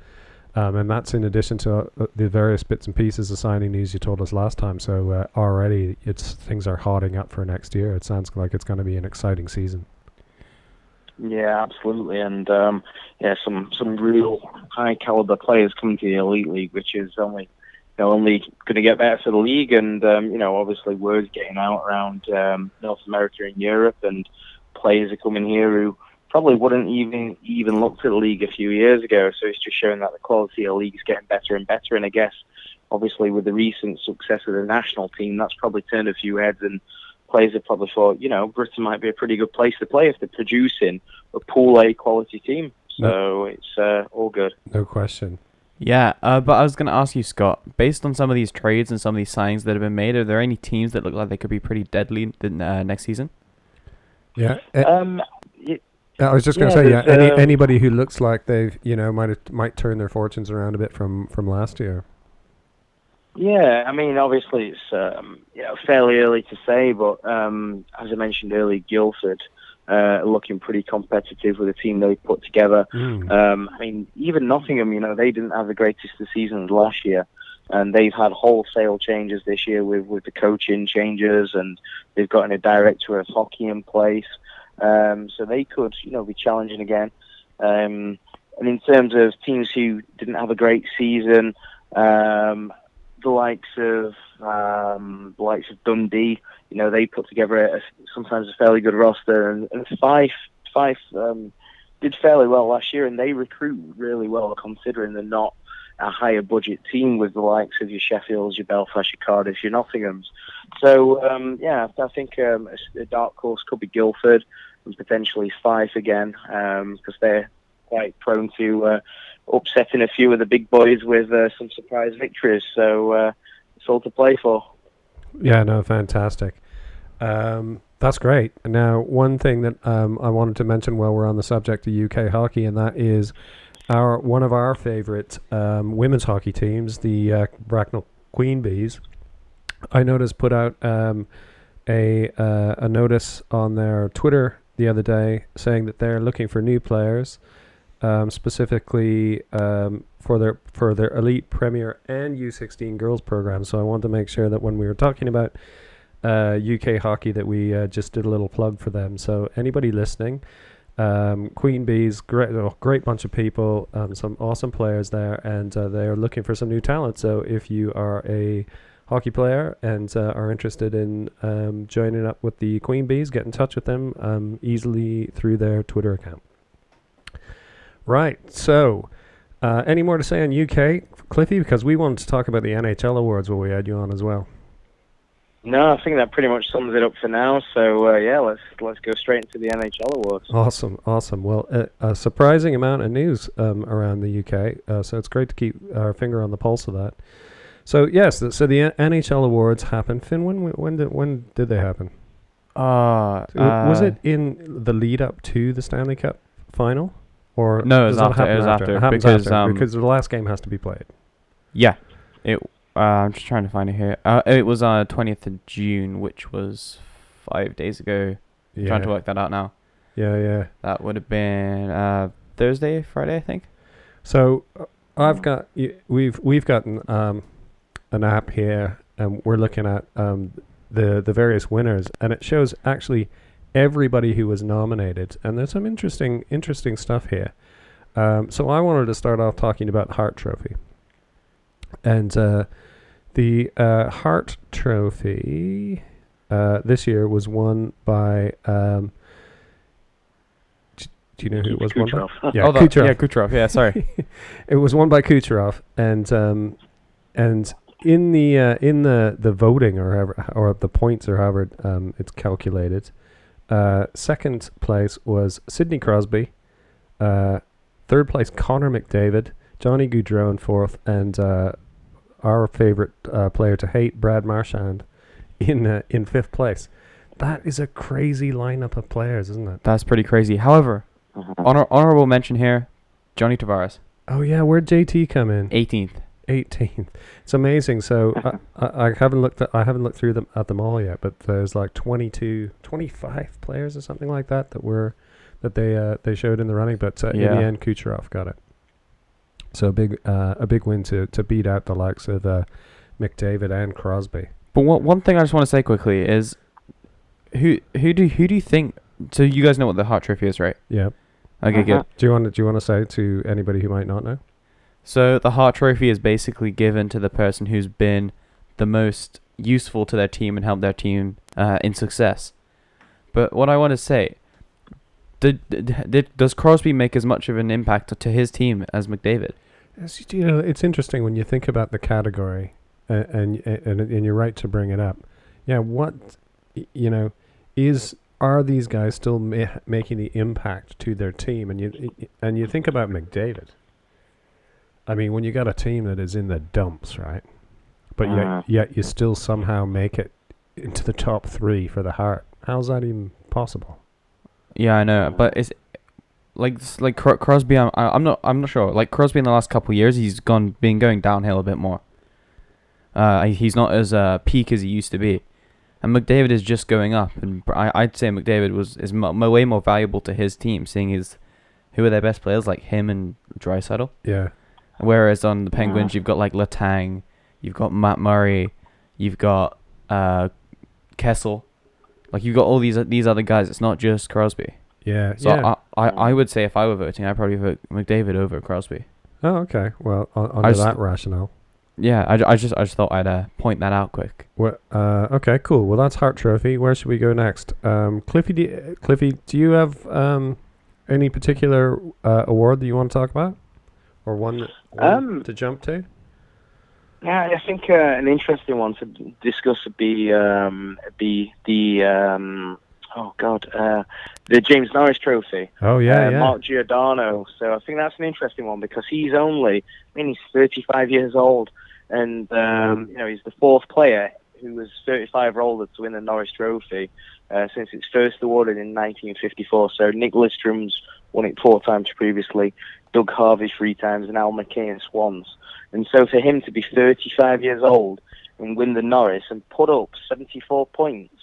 Um, and that's in addition to uh, the various bits and pieces of signing news you told us last time. So uh, already, it's things are hotting up for next year. It sounds like it's going to be an exciting season.
Yeah, absolutely, and um, yeah, some some real high caliber players coming to the elite league, which is only you know, only going to get better for the league, and um, you know, obviously, word's getting out around um, North America and Europe, and players are coming here who probably wouldn't even even look to the league a few years ago. So it's just showing that the quality of the league is getting better and better, and I guess. Obviously, with the recent success of the national team, that's probably turned a few heads, and players have probably thought, you know, Britain might be a pretty good place to play if they're producing a Pool A quality team. So it's uh, all good.
No question.
Yeah, uh, but I was going to ask you, Scott, based on some of these trades and some of these signings that have been made, are there any teams that look like they could be pretty deadly th- uh, next season?
Yeah. eh,
Um, y-
Yeah, I was just going to
Yeah,
say, yeah,
there's,
any,
um,
anybody who looks like they've, you know, might have, might turn their fortunes around a bit from from last year.
Yeah, I mean, obviously it's um, you know, fairly early to say, but um, as I mentioned earlier, Guildford uh, are looking pretty competitive with the team they put together. Um, I mean, even Nottingham, you know, they didn't have the greatest of seasons last year, and they've had wholesale changes this year with with the coaching changes, and they've gotten a director of hockey in place, um, so they could, you know, be challenging again. Um, and in terms of teams who didn't have a great season, um, the likes of um, the likes of Dundee, you know, they put together a, sometimes a fairly good roster, and, and Fife, Fife um, did fairly well last year, and they recruit really well considering they're not a higher budget team with the likes of your Sheffields, your Belfast, your Cardiff, your Nottinghams. So um, yeah, I think um, a s- a dark horse could be Guildford and potentially Fife again because um, they're quite prone to uh, upsetting a few of the big boys with uh, some surprise victories. So uh, it's all to play for.
Yeah, no, fantastic. Um, that's great. Now, one thing that um, I wanted to mention while we're on the subject of UK hockey, and that is our one of our favourite um, women's hockey teams, the uh, Bracknell Queen Bees. I noticed put out um, a uh, a notice on their Twitter the other day saying that they're looking for new players, um, specifically um, for their for their elite Premier and U16 girls programs. So I wanted to make sure that when we were talking about uh, UK hockey, that we uh, just did a little plug for them. So anybody listening. Um, Queen Bees, great, oh, great bunch of people, um, some awesome players there, and uh, they are looking for some new talent. So if you are a hockey player and uh, are interested in um, joining up with the Queen Bees, get in touch with them um, easily through their Twitter account. Right. So, uh, any more to say on UK, Cliffy? Because we wanted to talk about the NHL awards while we had you on as well.
No, I think that pretty much sums it up for now. So uh, yeah, let's let's go straight into the NHL awards.
Awesome, awesome. Well, a, a surprising amount of news um, around the UK, uh, so it's great to keep our finger on the pulse of that. So yes, th- so the N- NHL awards happened. Finn, when w- when did when did they happen?
Ah,
W- was
uh,
it in the lead up to the Stanley Cup final, or
No, it
does
was
that
after- it
happen
was after,
happens
because,
after,
um,
because the last game has to be played.
Yeah, it. Uh, I'm just trying to find it here. Uh, it was on twentieth of June, which was five days ago.
Yeah,
Trying to work that out now.
yeah, yeah.
That would have been uh, Thursday, Friday, I think.
So uh, I've got y- we've we've gotten um, an app here, and we're looking at um, the the various winners, and it shows actually everybody who was nominated, and there's some interesting interesting stuff here. Um, so I wanted to start off talking about the Hart Trophy, and uh, the uh, Hart Trophy uh, this year was won by. Um, d- do you know who it was won by? Yeah,
oh, that-
Kucherov.
yeah, Kucherov. Yeah, sorry.
It was won by Kucherov, and um, and in the uh, in the the voting or however, or the points or however um, it's calculated, uh, second place was Sidney Crosby, uh, third place Connor McDavid, Johnny Goudreau in fourth, and uh, our favorite uh, player to hate Brad Marchand in uh, in fifth place. That is a crazy lineup of players, isn't it?
That's pretty crazy. However, honor- honorable mention here, Johnny Tavares,
Oh yeah, where'd JT come in?
eighteenth.
18th. It's amazing. So uh, I, I, I haven't looked at, I haven't looked through them at them all yet, but there's like 22, 25 players or something like that that were that they uh, they showed in the running, but uh, in
Yeah.
the end Kucherov got it. So a big uh, a big win to to beat out the likes of uh, McDavid and Crosby.
But one one thing I just want to say quickly is, who who do who do you think? So you guys know what the Hart Trophy is, right?
Yeah.
Okay, good.
Uh-huh.
Do you want to do you want to say to anybody who might not know?
So the Hart Trophy is basically given to the person who's been the most useful to their team and helped their team uh, in success. But what I want to say, did, did, did- does Crosby make as much of an impact to his team as McDavid?
It's, you know, it's interesting when you think about the category, uh, and, and and you're right to bring it up. Yeah, what y- you know is are these guys still ma- making the impact to their team? And you y- and you think about McDavid. I mean, when you got a team that is in the dumps, right? But
Uh-huh.
Uh.
yet, yet you still somehow make it into the top three for the heart. How's that even possible?
Yeah, I know, but it's like s- like Cro- Crosby. I'm I- I'm not I'm not sure. Like Crosby in the last couple of years, he's gone been going downhill a bit more. Uh, he- he's not as uh peak as he used to be, and McDavid is just going up. And pr- I I'd say McDavid was is mo mo- way more valuable to his team, seeing his who are their best players like him and Drysaddle.
Yeah,
Whereas on the Penguins, you've got like Latang, you've got Matt Murray, you've got uh Kessel, like you've got all these these other guys. It's not just Crosby.
yeah,
So
yeah.
I, I, I would say if I were voting, I'd probably vote McDavid over Crosby.
oh, okay. Well, on, under
st-
that rationale.
Yeah, I, ju- I just I just thought I'd uh, point that out quick.
Well, uh, okay, cool. Well, that's Hart Trophy. Where should we go next? Um, Cliffy, do, Cliffy, do you have um, any particular uh, award that you want to talk about, or one, that- one
Um,
to jump to?
Yeah, I think uh, an interesting one to discuss would be um, be the um, oh god, uh, the James Norris Trophy.
Oh yeah,
uh,
yeah.
Mark Giordano. So I think that's an interesting one because he's only, I mean, he's 35 years old, and um, you know he's the fourth player who was 35 or older to win the Norris Trophy uh, since it's first awarded in 1954. So Nick Lidstrom's won it four times previously, Doug Harvey three times, and Al McKeon once. And so for him to be 35 years old and win the Norris and put up 74 points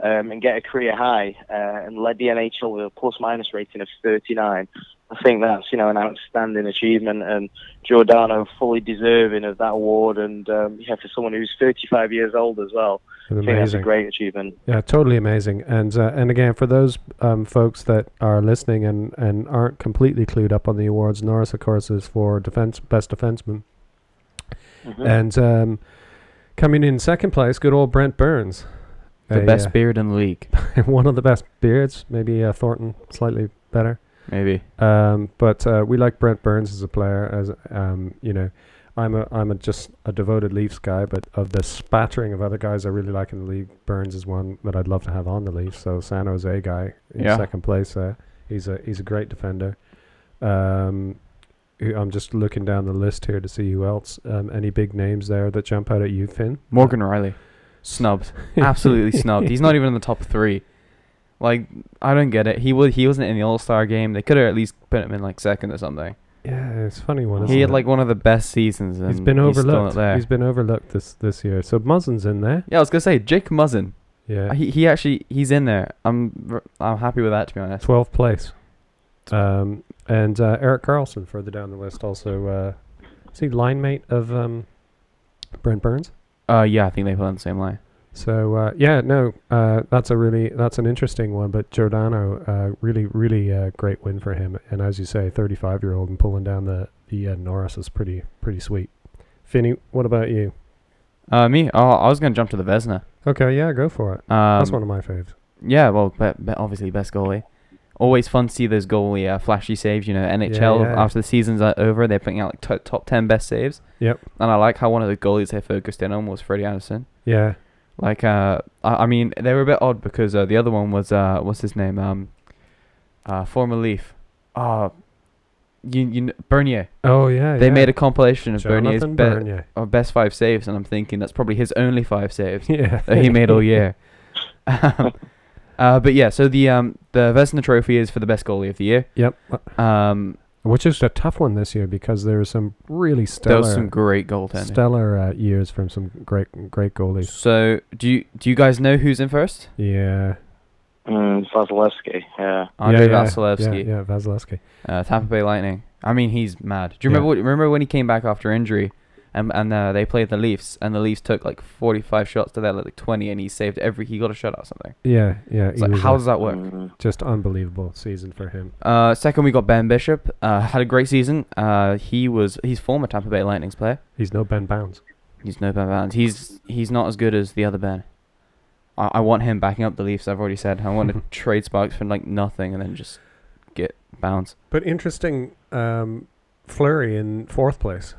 um, and get a career high uh, and led the NHL with a plus minus rating of 39. I think that's you know an outstanding achievement and Giordano fully deserving of that award and um, yeah for someone who's 35 years old as well. I think that's a
Amazing. Uh,
great achievement.
Yeah, totally amazing. And uh, and again, for those um, folks that are listening and, and aren't completely clued up on the awards, Norris, of course, is for defense best defenseman.
Mm-hmm.
And um, coming in second place, good old Brent Burns,
The
A,
best
uh,
beard in the league,
one of the best beards. Maybe uh, Thornton slightly better.
maybe.
Um, but uh, we like Brent Burns as a player. As um, you know, I'm a I'm a just a devoted Leafs guy. But of the spattering of other guys I really like in the league, Burns is one that I'd love to have on the Leafs. So San Jose guy in
Yeah.
second place. Uh, he's a he's a great defender. Um, who- I'm just looking down the list here to see who else. Um, any big names there that jump out at you, Finn?
Morgan Riley, snubbed, absolutely snubbed. He's not even in the top three. Like I don't get it. He was he wasn't in the All Star game. They could have at least put him in like second or something.
Yeah, it's a funny one.
he
isn't
had
it?
like one of the best seasons. And
he's been
still not
overlooked.
there.
he's been overlooked this this year. So Muzzin's in there.
yeah, I was gonna say Jake Muzzin.
Yeah.
He, he actually he's in there. I'm r- I'm happy with that to be honest.
12th place. Um, and uh, Eric Carlson further down the list also. Uh, is he line mate of um, Brent Burns?
Uh yeah, I think they play on the same line.
So uh, yeah, no, uh, that's a really that's an interesting one. But Giordano, uh, really, really uh, great win for him. And as you say, 35 year old and pulling down the the uh, Norris is pretty pretty sweet. Finney, what about you?
Uh me oh I was gonna jump to the Vesna.
Okay, yeah, go for it.
Um,
that's one of my faves.
Yeah, well, be, be- obviously best goalie. Always fun to see those goalie uh, flashy saves. You know, NHL
yeah.
after the season's uh, over, they're putting out like to top ten best saves.
Yep.
And I like how one of the goalies they focused in on was Freddie Anderson.
Yeah,
Like, uh, I, I mean, they were a bit odd because uh, the other one was uh, what's his name? Um, uh, former Leaf. Ah, you you kn- Bernier.
Oh yeah,
They
yeah.
made a compilation of Bernier's
Jonathan
be-
Bernier.
uh, best five saves, and I'm thinking that's probably his only five saves
Yeah,
that Uh, he made all year. um, uh, but yeah, so the um, the Vesna Trophy is for the best goalie of the year.
Yep, uh,
Um,
which is a tough one this year because there are some really
there
stellar
was some great goaltending.
stellar uh, years from some great great goalies.
So do you do you guys know who's in first?
Yeah,
Mm, Vasilevsky, yeah.
Andre
yeah, yeah,
Vasilevsky,
Yeah, yeah, Vasilevsky.
Uh, Tampa Bay Lightning. I mean, he's mad. Do you
Yeah.
remember what, remember when he came back after injury, and and uh, they played the Leafs, and the Leafs took like forty five shots to their like twenty, and he saved every. He got a shutout or something.
Yeah, yeah.
It's
he
like
was
how
a
does that work?
Mm.
just unbelievable season for him.
Uh, second, we got Ben Bishop. Uh, had a great season. Uh, he was he's former Tampa Bay Lightning's player.
He's no Ben Bounds.
He's no Ben Valens. He's he's not as good as the other Ben. I, I want him backing up the Leafs. I've already said I want to trade Sparks for like nothing and then just get bounce.
But interesting um, flurry in fourth place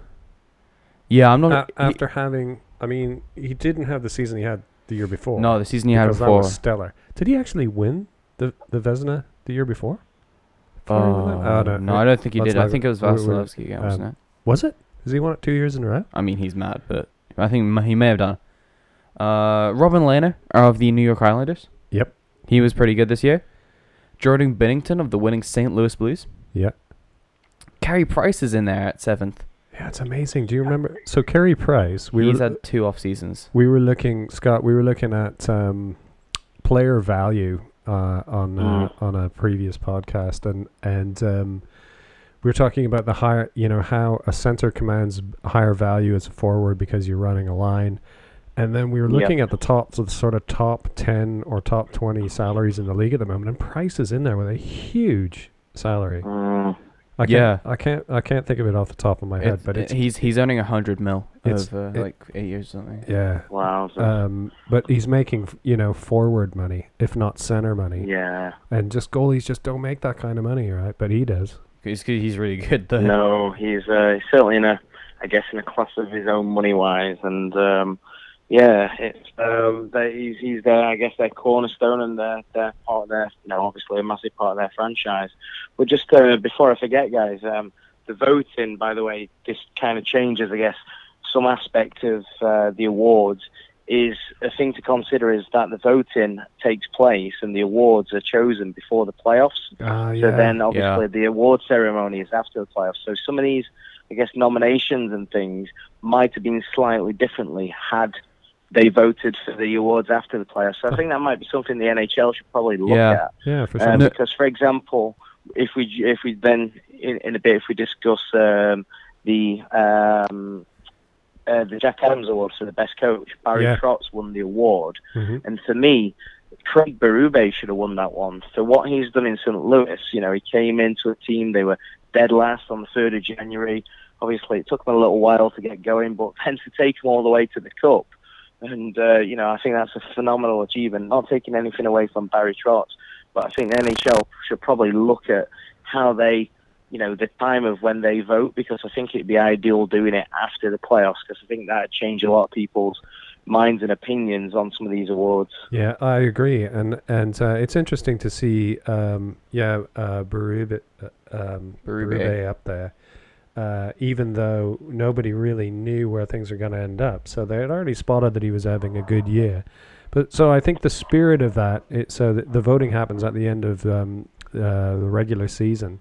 Yeah, I'm
A-
not. he-
after having. I mean, he didn't have the season he had the year before.
no, the season he had
because that
before.
was stellar. Did he actually win the the Vesna the year before? Fleury won that?
Oh, no, I don't think he
let's
did. I
not-
think it was
we- we-
Vasilevsky again, wasn't it?
Was it? Has he won it two years in a row?
I mean, he's mad, but I think m- he may have done. Uh, Robin Lehner of the New York Islanders.
Yep.
He was pretty good this year. Jordan Binnington of the winning St. Louis Blues.
Yeah.
Carey Price is in there at seventh.
Yeah, it's amazing. Do you remember? So Carey Price, we
he's
were,
had two off seasons.
we were looking, Scott. We were looking at um, player value uh, on uh, on a previous podcast, and and um, we were talking about the higher, you know, how a center commands b- higher value as a forward because you're running a line, and then we were
Yep.
looking at the top, so the sort of top ten or top twenty salaries in the league at the moment, and Price is in there with a huge salary.
Mm.
I can't,
Yeah.
I can't, I can't think of it off the top of my head,
It's-
but
uh,
it's
he's he's earning a hundred mil
It's-
over
it-
like eight years or something.
yeah.
Wow. so-
Um, but he's making f- you know forward money, if not center money,
yeah.
and just goalies just don't make that kind of money, right? But he does.
He's he's really good though.
No, he's uh, certainly in a, I guess, in a class of his own money wise, and um, yeah, it's um, they, he's he's their I guess their cornerstone and their their part of their you know obviously a massive part of their franchise. But just uh, before I forget, guys, um, the voting by the way this kind of changes I guess some aspect of uh, the awards is a thing to consider is that the voting takes place and the awards are chosen before the playoffs.
Ah,
So
yeah.
then, obviously, the award ceremony is after the playoffs. So some of these, I guess, nominations and things might have been slightly differently had they voted for the awards after the playoffs. So I think that might be something the NHL should probably look
Yeah.
at.
yeah, for sure.
Um, because, for example, if we if we then in, in a bit if we discuss um, the um, uh, the Jack Adams Award for the best coach, Barry
Yeah.
Trotz won the award,
Mhm.
and for me, Craig Berube should have won that one for what he's done in St. Louis. You know, he came into a team they were dead last on the third of January. Obviously, it took them a little while to get going, but then to take them all the way to the cup. And, uh, you know, I think that's a phenomenal achievement. Not taking anything away from Barry Trotz, but I think the NHL should probably look at how they, you know, the time of when they vote, because I think it'd be ideal doing it after the playoffs, because I think that'd change a lot of people's minds and opinions on some of these awards.
Yeah, I agree, and and uh, it's interesting to see, um, yeah, uh, Berube, uh, um,
Berube.
Berube up there, uh, even though nobody really knew where things were going to end up. So they had already spotted that he was having a good year, but so I think the spirit of that, it, so that the voting happens at the end of um, uh, the regular season,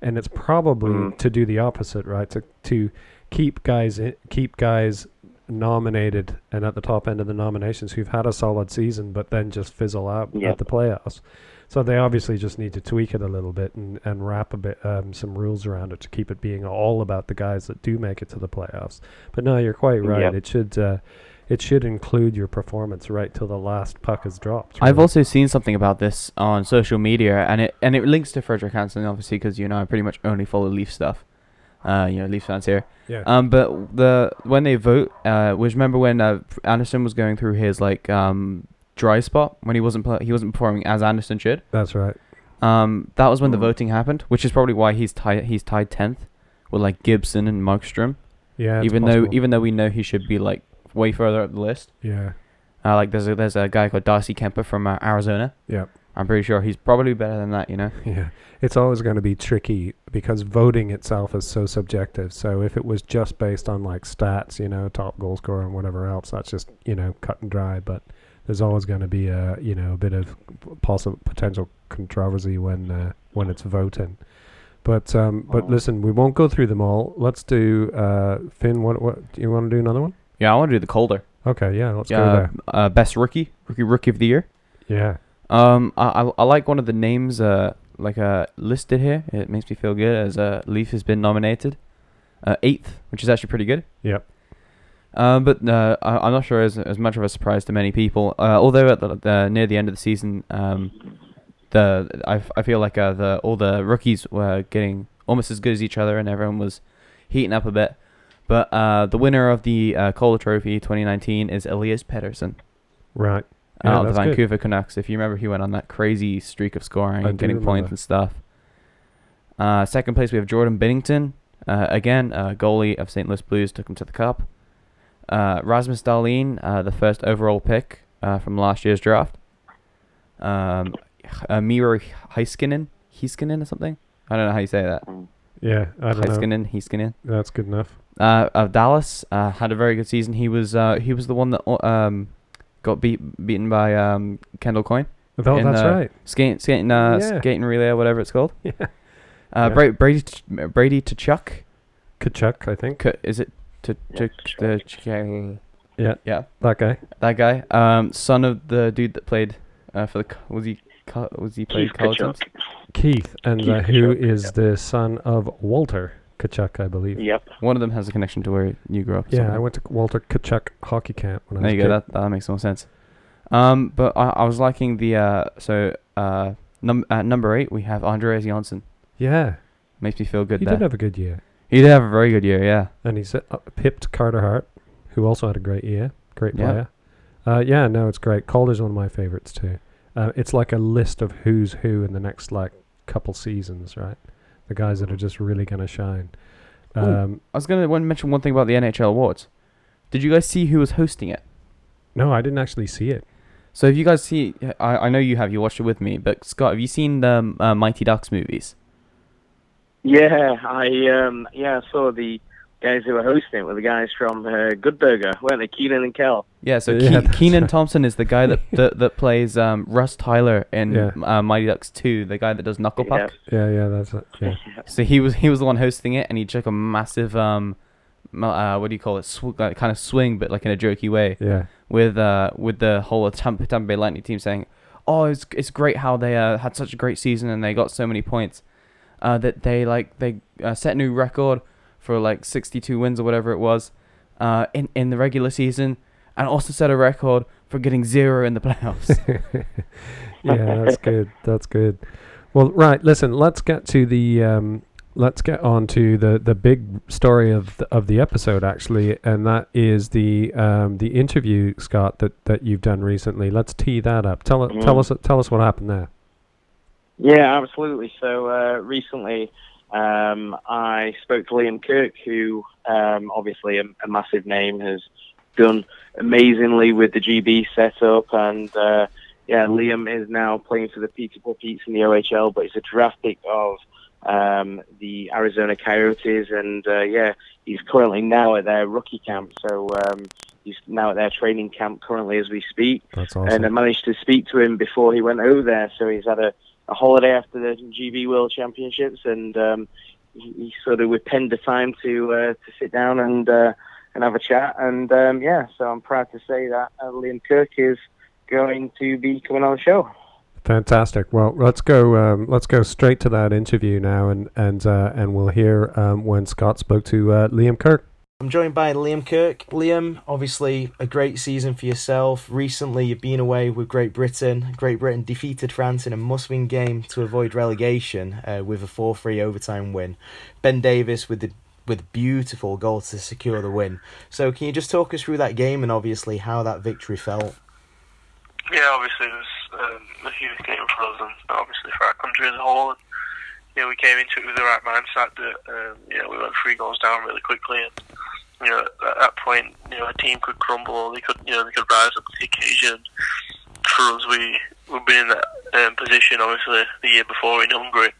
and it's probably
Mm.
to do the opposite, right? To to keep guys i- keep guys nominated and at the top end of the nominations who've had a solid season but then just fizzle out at
Yep.
the playoffs. So they obviously just need to tweak it a little bit and, and wrap a bit um, some rules around it to keep it being all about the guys that do make it to the playoffs. But no, you're quite right.
Yep.
It should uh, it should include your performance right till the last puck is dropped.
I've
really.
also seen something about this on social media, and it and it links to Frederick Hansen, obviously, because you know I pretty much only follow Leaf stuff. Uh, you know, Leaf fans here.
yeah.
Um, but the when they vote, uh, which remember when uh, Anderson was going through his like um dry spot when he wasn't pl- he wasn't performing as Anderson should.
That's right.
Um, that was when the
Hmm.
Mm.
voting happened, which is probably why he's tied he's tied tenth with like Gibson and Markstrom,
Yeah. it's
even though
possible.
even though we know he should be like way further up the list.
yeah.
Uh, like there's a, there's a guy called Darcy Kemper from uh, Arizona.
Yep.
I'm pretty sure he's probably better than that, you know.
Yeah, it's always going to be tricky because voting itself is so subjective. So if it was just based on like stats, you know, top goal scorer and whatever else, that's just you know cut and dry. But there's always going to be a you know a bit of possible potential controversy when uh, when it's voting. But um, but
Oh.
listen, we won't go through them all. Let's do uh, Finn. What what do you want to do another one?
Yeah, I want to do the colder.
Okay, yeah, let's go
Yeah,
there.
uh, best rookie, rookie rookie of the year.
Yeah,
Um, I, I, I like one of the names uh like uh listed here. It makes me feel good as uh Leaf has been nominated, uh eighth, which is actually pretty good.
Yep.
Um, but uh, I, I'm not sure as as much of a surprise to many people. Uh, although at the, the near the end of the season, um, the I, f- I feel like uh the all the rookies were getting almost as good as each other, and everyone was heating up a bit. But uh, the winner of the uh, Calder Trophy 2019 is Elias Pettersson
right. Yeah,
out of Oh, the
that's good.
Vancouver Canucks. If you remember, he went on that crazy streak of scoring
I
and
do
getting
remember.
points and stuff. Uh, second place, we have Jordan Binnington. Uh, again, uh, goalie of St. Louis Blues took him to the cup. Uh, Rasmus Dahlin, uh, the first overall pick uh, from last year's draft. Um, uh, Miro Heiskanen, Heiskanen or something. I don't know how you say that.
Yeah, I don't know.
Heiskanen, Heiskanen
That's good enough.
uh, of Dallas uh, had a very good season. He was uh, he was the one that uh, um, got beat beaten by um, Kendall Coyne
Oh,
In,
that's
uh,
right.
skating skating uh,
Yeah.
skating relay or whatever it's called.
Yeah.
Uh,
Yeah.
Bra- Brady to, Brady to Chuck.
Kachuk, I think.
Is it to
Yeah,
to to
Yeah.
yeah
That guy.
that guy um son of the dude that played uh, for the Co- was he Co- was he played
Keith
college
Kachuk.
teams?
Keith, and
Keith
uh, who
Kachuk,
is the son of Walter Kachuk, I believe. Yeah,
Yep.
One of them has a connection to where you grew up. or something.
I went to Walter Kachuk hockey camp when I
There
was
you
a
go. That, that makes more sense. Um, but I, I was liking the uh, so uh, num- at number eight we have Andreas Janssen.
kid. Yeah,
Makes me feel good.
he
there.
did have a good year,
he did have a very good year. Yeah.
and he's uh, pipped Carter Hart, who also had a great year, great
Yeah.
player. Uh, yeah, no, it's great. Calder's one of my favorites too. Uh, it's like a list of who's who in the next like couple seasons, right? The guys that are just really going to shine.
Ooh.
Um,
I was gonna want to mention one thing about the NHL awards. Did you guys see who was hosting it?
No, I didn't actually see it.
So have you guys see? I, I know you have. You watched it with me, but Scott, have you seen the um, uh, Mighty Ducks movies?
Yeah, I um, yeah I saw the guys who were hosting it were the guys from uh, Good Burger, weren't they? Keenan and Kel.
Yeah. So
Yeah,
Ke-
that's
Keenan
right.
Thompson is the guy that that, that plays um, Russ Tyler in
Yeah.
uh, Mighty Ducks Two, the guy that does Knuckle
Yeah.
Puck.
Yeah, yeah, that's it. Yeah.
So he was he was the one hosting it, and he took a massive um, mu- uh, what do you call it? Sw- like, kind of swing, but like in a jerky way.
Yeah.
with uh with the whole Tampa, Tampa Bay Lightning team saying, "Oh, it's it's great how they uh, had such a great season and they got so many points, uh that they like they uh, set a new record for like 62 wins or whatever it was, uh in in the regular season, and also set a record for getting zero in the playoffs."
yeah, that's good. That's good. Well, right. Listen, let's get to the um, let's get on to the the big story of the, of the episode actually, and that is the um, the interview Scott that, that you've done recently. Let's tee that up. Tell it. tell
Mm.
us tell us what happened there.
Yeah, absolutely. So uh, recently, um, I spoke to Liam Kirk, who um, obviously a, a massive name has done amazingly with the GB setup, and uh, yeah, Liam is now playing for the Peterborough Pete's in the OHL, but he's a draft pick of um, the Arizona Coyotes, and uh, yeah, he's currently now at their rookie camp. So um, he's now at their training camp currently as we speak
That's
and um, I
awesome.
managed to speak to him before he went over there. So he's had a, a holiday after the GB World Championships, and um, he, he sort of we pinned the time to uh, to sit down and uh, and have a chat. And um, yeah, so I'm proud to say that uh, Liam Kirk is going to be coming on the show.
Fantastic. Well, let's go. Um, let's go straight to that interview now, and and uh, and we'll hear um, when Scott spoke to uh, Liam Kirk.
I'm joined by Liam Kirk. Liam, obviously a great season for yourself. Recently, you've been away with Great Britain. Great Britain defeated France in a must win game to avoid relegation uh, with a 4 3 overtime win. Ben Davis with the with beautiful goal to secure the win. So, can you just talk us through that game and obviously how that victory felt?
Yeah, obviously it was um, a huge game for us and obviously for our country as a whole. And, you know, we came into it with the right mindset that um, you know we went three goals down really quickly, and you know at that point you know a team could crumble or they could you know they could rise up to the occasion. For us, we we've been in that um, position obviously the year before in Hungary,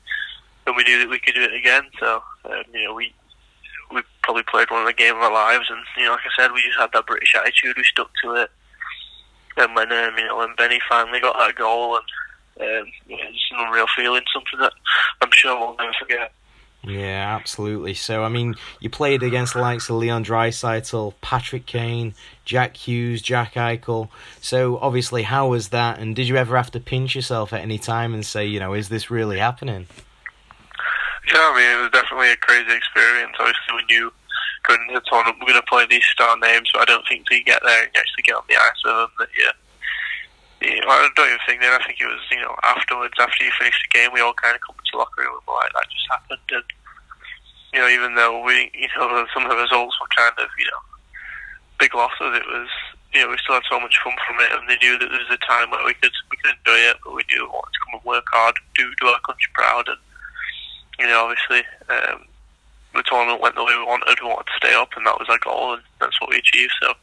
and we knew that we could do it again. So um, you know we we probably played one of the game of our lives, and you know like I said, we just had that British attitude. We stuck to it. And when um, you know when Benny finally got that goal, and um, yeah, it's an unreal feeling, something that I'm sure we'll never forget.
Yeah, absolutely. So, I mean, you played against the likes of Leon Dreisaitl, Patrick Kane, Jack Hughes, Jack Eichel. So, obviously, how was that? And did you ever have to pinch yourself at any time and say, you know, is this really happening?
Yeah, I mean it was definitely a crazy experience. Obviously, we knew going into the tournament we're going to play these star names, but I don't think till you get there and you actually get on the ice with them that you. you know, I don't even think then. I think it was you know afterwards, after you finish the game, we all kind of come to the locker room and were like that just happened. And you know, even though we you know some of the results were kind of you know big losses, it was you know we still had so much fun from it, and they knew that there was a time where we could we could enjoy it, but we knew we wanted to come and work hard, do do our country proud, and you know, obviously, um, the tournament went the way we wanted. We wanted to stay up, and that was our goal, and that's what we achieved. So,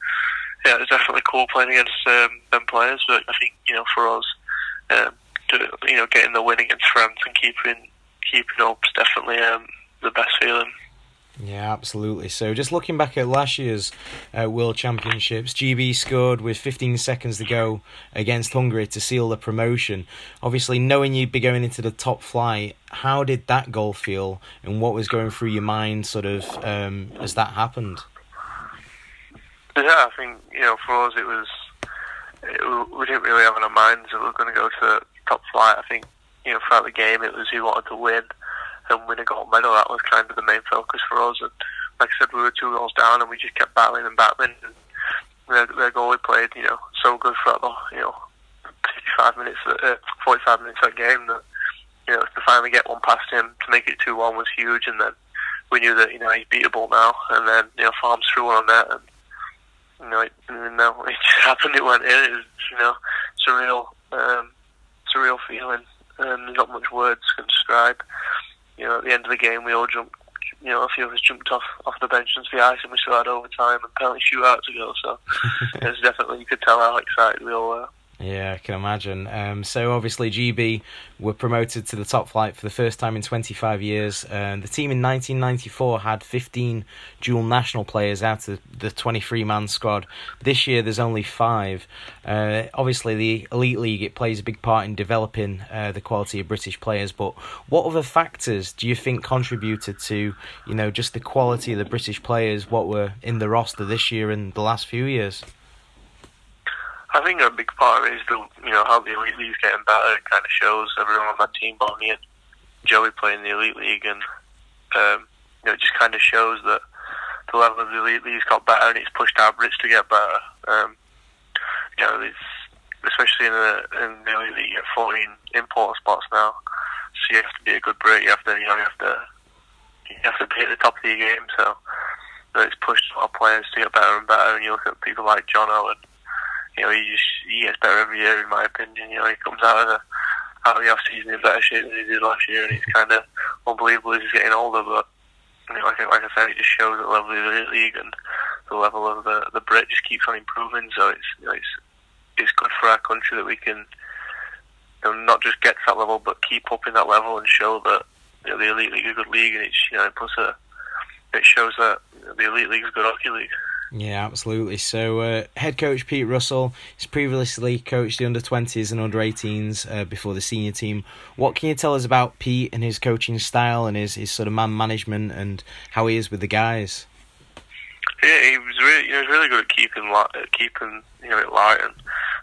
yeah, it was definitely cool playing against um, them players. But I think you know, for us, um, to, you know, getting the win against France and keeping keeping up is definitely um, the best feeling.
Yeah, absolutely. So, just looking back at last year's uh, World Championships, GB scored with 15 seconds to go against Hungary to seal the promotion. Obviously, knowing you'd be going into the top flight, how did that goal feel and what was going through your mind sort of um, as that happened?
But yeah, I think you know for us it was it, we didn't really have in our minds that we were going to go to top flight. I think you know throughout the game it was who wanted to win and win a gold medal. That was kind of the main focus for us. And like I said, we were two goals down and we just kept battling and battling. And their, their goalie played you know so good throughout the you know 55 minutes, uh, 45 minutes of that game that you know to finally get one past him to make it two one was huge. And then we knew that you know he's beatable now. And then you know Farms threw one on net and you know, it, no, it just happened. It went in. It was, you know, surreal, um, surreal feeling. Um, there's not much words can describe. You know, at the end of the game, we all jumped, you know, a few of us jumped off off the bench into the ice, and we still had overtime and penalty shootout to go. So it was definitely you could tell how excited we all were.
Yeah, I can imagine. Um, so obviously, GB were promoted to the top flight for the first time in 25 years. Um, the team in 1994 had 15 dual national players out of the 23-man squad. This year, there's only five. Uh, obviously, the elite league it plays a big part in developing uh, the quality of British players. But what other factors do you think contributed to you know just the quality of the British players? What were in the roster this year and the last few years?
I think a big part of it is the you know how the elite league's getting better. It kind of shows everyone on that team, but me and Joey playing the elite league, and um, you know it just kind of shows that the level of the elite league's got better, and it's pushed our Brits to get better. Um, you know, it's, especially in the in the elite league, you get 14 import spots now, so you have to be a good Brit. You have to you know you have to you have to be at the top of your game. So you know, it's pushed our players to get better and better. And you look at people like John Owen you know, he just he gets better every year in my opinion. You know, he comes out of the out of the off season in better shape than he did last year, and it's kind of unbelievable as he's getting older. But you know, like I- like I said, it just shows the level of the league and the level of the the Brit just keeps on improving. So it's you know, it's it's good for our country that we can you know, not just get to that level, but keep up in that level and show that you know, the elite league is a good league, and it's you know, it puts a it shows that you know, the elite league is a good hockey league.
Yeah, absolutely. So, uh, head coach Pete Russell has previously coached the under 20s and under 18s uh, before the senior team. What can you tell us about Pete and his coaching style and his, his sort of man management and how he is with the guys?
Yeah, he was really, you know, he was really good at keeping, li- at keeping, you know, it light, and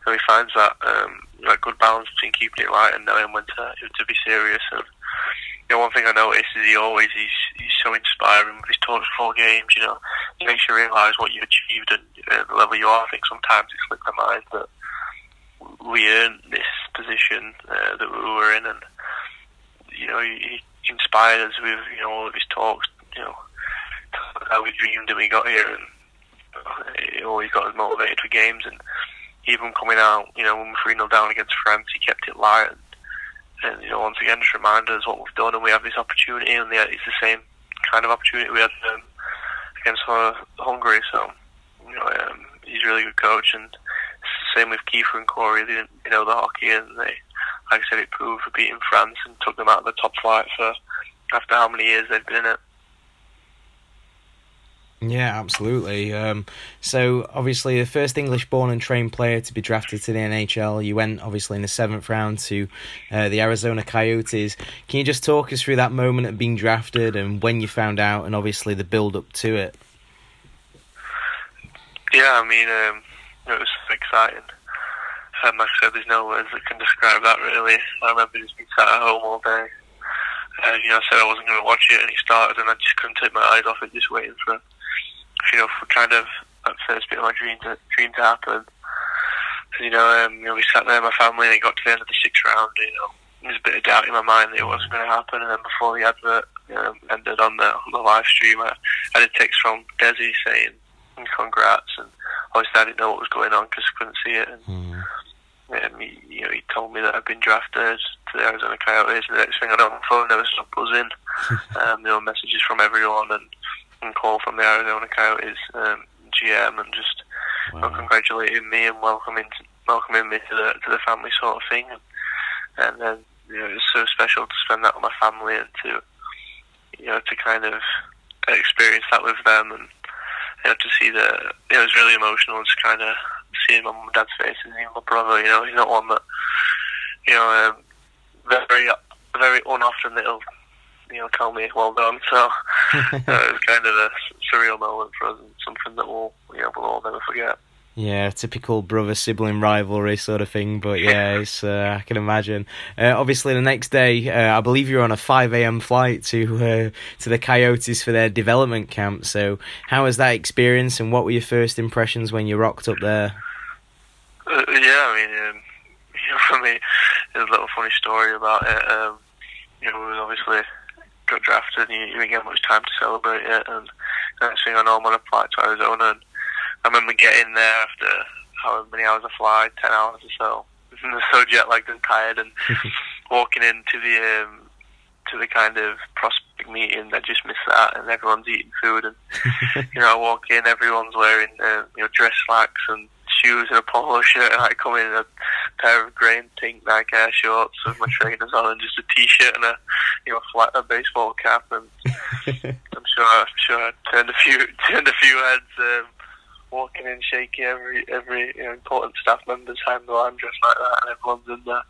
so he finds that um, that good balance between keeping it light and knowing when to to be serious. And you know, one thing I noticed is he always he's, he's so inspiring with his talks before games. You know, he makes you realise what you achieved and uh, the level you are. I think sometimes it slipped my mind that we earned this position uh, that we were in, and you know, he, he inspired us with you know all of his talks. You know how we dreamed and we got here and it always got us motivated for games and even coming out, you know, when we were 3 0 down against France, he kept it light and, and, you know, once again just reminded us what we've done and we have this opportunity and the- it's the same kind of opportunity we had um, against uh, Hungary so, you know, um, he's a really good coach and it's the same with Kiefer and Corey, they didn't they know the hockey and they, like I said, it proved for beating France and took them out of the top flight for after how many years they've been in it.
Yeah, absolutely. Um, so, obviously, the first English born and trained player to be drafted to the NHL. You went, obviously, in the seventh round to uh, the Arizona Coyotes. Can you just talk us through that moment of being drafted and when you found out and obviously the build up to it?
Yeah, I mean, um, it was exciting. Um, like I said, there's no words that can describe that really. I remember just being sat at home all day. Uh, you know, I said I wasn't going to watch it, and it started, and I just couldn't take my eyes off it, just waiting for, you know, for kind of that first bit of my dream to dream to happen. And, you know, um, you know, we sat there, my family, and it got to the end of the sixth round. You know, there was a bit of doubt in my mind that it wasn't going to happen, and then before the advert um, ended on the on the live stream, I had a text from Desi saying and congrats. And obviously, I didn't know what was going on because I couldn't see it. And
Hmm.
um, he, you know, he told me that I'd been drafted to the Arizona Coyotes. And the next thing I know, my phone never stopped buzzing. um, there were messages from everyone and, and call from the Arizona Coyotes um, GM and just you know, congratulating me and welcoming welcoming me to the to the family sort of thing. And, and then you know, it was so special to spend that with my family and to you know to kind of experience that with them and you know, to see the it was really emotional just kind of seeing my mum and dad's faces and even my brother you know he's not one that you know um, very very unoften that he'll you know tell me well done so uh, you know, it was kind of a surreal moment for us and something that we'll you know we'll all never forget
Yeah, typical brother sibling rivalry sort of thing. But yeah, it's, uh, I can imagine. Uh, obviously, the next day, uh, I believe you're on a five a.m. flight to uh, to the Coyotes for their development camp. So, how was that experience, and what were your first impressions when you rocked up there?
Uh, yeah, I mean, um, you know, for me, there's a little funny story about it. Um, you know, we was obviously got drafted, and you, you didn't get much time to celebrate it. And next thing I know, I'm on a flight to Arizona, and I remember getting there after however many hours of flight, ten hours or so. And I was so jet lagged and tired, and walking into the um, to the kind of prospect meeting, I just miss that, and everyone's eating food, and you know, I walk in, everyone's wearing uh, you know dress slacks and shoes and a polo shirt, and I come in in a pair of grey and pink Nike Air shorts with my trainers on, and just a t-shirt and a you know flat a baseball cap, and I'm sure I'm sure I turned a few turned a few heads. Um, Walking in, shaking every every you know, important staff member's hand while I'm dressed like that, and everyone's in there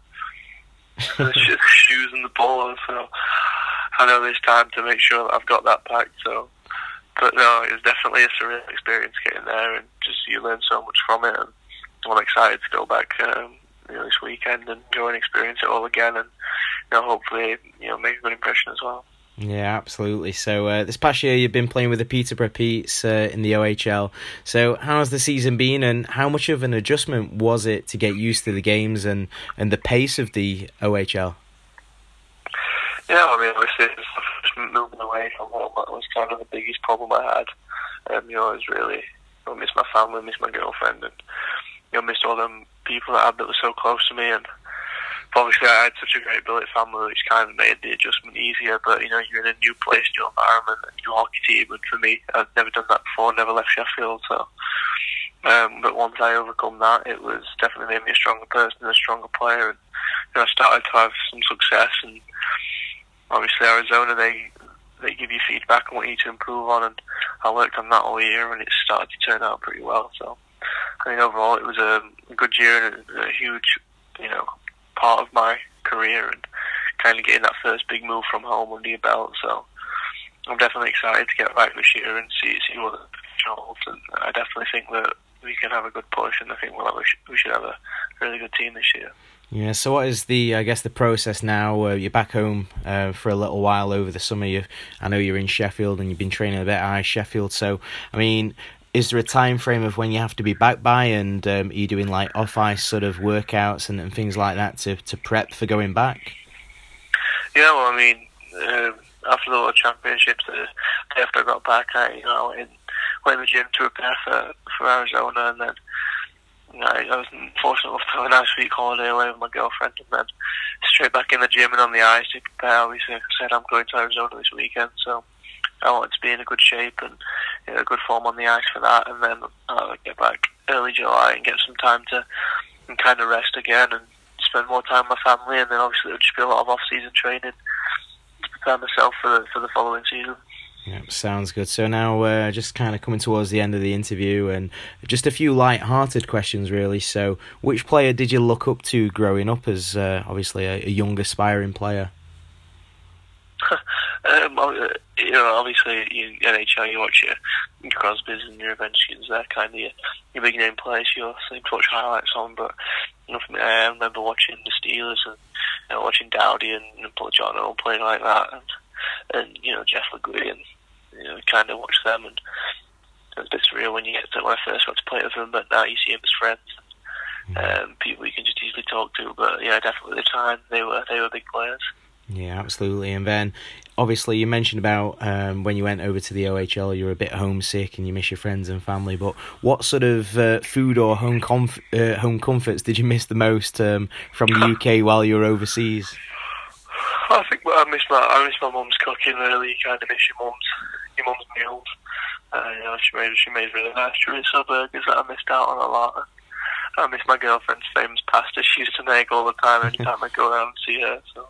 the sho- shoes and the ball. So I know there's time to make sure that I've got that packed. So, but no, it's definitely a surreal experience getting there, and just you learn so much from it. And I'm excited to go back um, you know, this weekend and go and experience it all again, and you know, hopefully, you know, make a good impression as well.
Yeah, absolutely. So uh, this past year, you've been playing with the Peterborough Peats uh, in the OHL. So how's the season been, and how much of an adjustment was it to get used to the games and, and the pace of the OHL?
Yeah, I mean, obviously, it's the first moving away from home that was kind of the biggest problem I had. Um, you know, I was really, I miss my family, miss my girlfriend, and you know, missed all them people that I had that were so close to me. And obviously, I had such a great billet family, which kind of made the adjustment easier. But you know, you're in a new place, new environment, a new hockey team, and for me, I'd never done that before, never left Sheffield, so. Um, but once I overcome that, it was definitely made me a stronger person, a stronger player, and you know, I started to have some success. And obviously Arizona they they give you feedback and want you to improve on and I worked on that all year and it started to turn out pretty well so I mean overall it was a good year and a, a huge you know part of my career and kind of getting that first big move from home under your belt so I'm definitely excited to get back this year and see see what the future holds and I definitely think that we can have a good push and I think we'll have a, we should have a really good team this year.
Yeah. So what is the I guess the process now? Uh, you're back home uh, for a little while over the summer. You, I know you're in Sheffield and you've been training a bit at Sheffield. So I mean, is there a time frame of when you have to be back by, and um, are you doing like off ice sort of workouts and, and things like that to to prep for going back?
Yeah, well, I mean, um, after the World Championships, uh, the day after I got back, I you know went in, went in the gym to prepare for for Arizona, and then you know, I I was fortunate enough to have a nice week holiday away with my girlfriend, and then straight back in the gym and on the ice to prepare. Obviously, like I said, I'm going to Arizona this weekend, so I wanted to be in a good shape and you know, good form on the ice for that, and then uh, get back early July and get some time to and kind of rest again and spend more time with my family, and then obviously it'll just be a lot of off-season training to prepare myself for the, for the following season.
Yeah, sounds good. So now uh, just kind of coming towards the end of the interview and just a few light-hearted questions, really. So, which player did you look up to growing up as uh, obviously a, a young aspiring player?
Um, uh, you know, obviously in NHL you watch your, your Crosby's and your Ovechkins, they're kind of your, your big name players. You seem to watch highlights on, but you know, for me, I remember watching the Steelers and you know, watching Dowdy and, and Paul John all playing like that, and and you know Jeff Legree and you know kind of watch them, and it's a bit surreal when you get to when I first got to play with them, but now you see them as friends. Um, people you can just easily talk to, but yeah, definitely at the time they were they were big players.
Yeah, absolutely. And then, obviously, you mentioned about um, when you went over to the OHL, you were a bit homesick and you miss your friends and family. But what sort of uh, food or home comf- uh, home comforts did you miss the most um, from the UK while you were overseas?
I think I miss my I miss my mum's cooking really. You kind of miss your mum's your mum's meals. Uh, you know, she made she made really nice chorizo burgers that I missed out on a lot. I miss my girlfriend's famous pasta she used to make all the time. Anytime I go around and see her, so.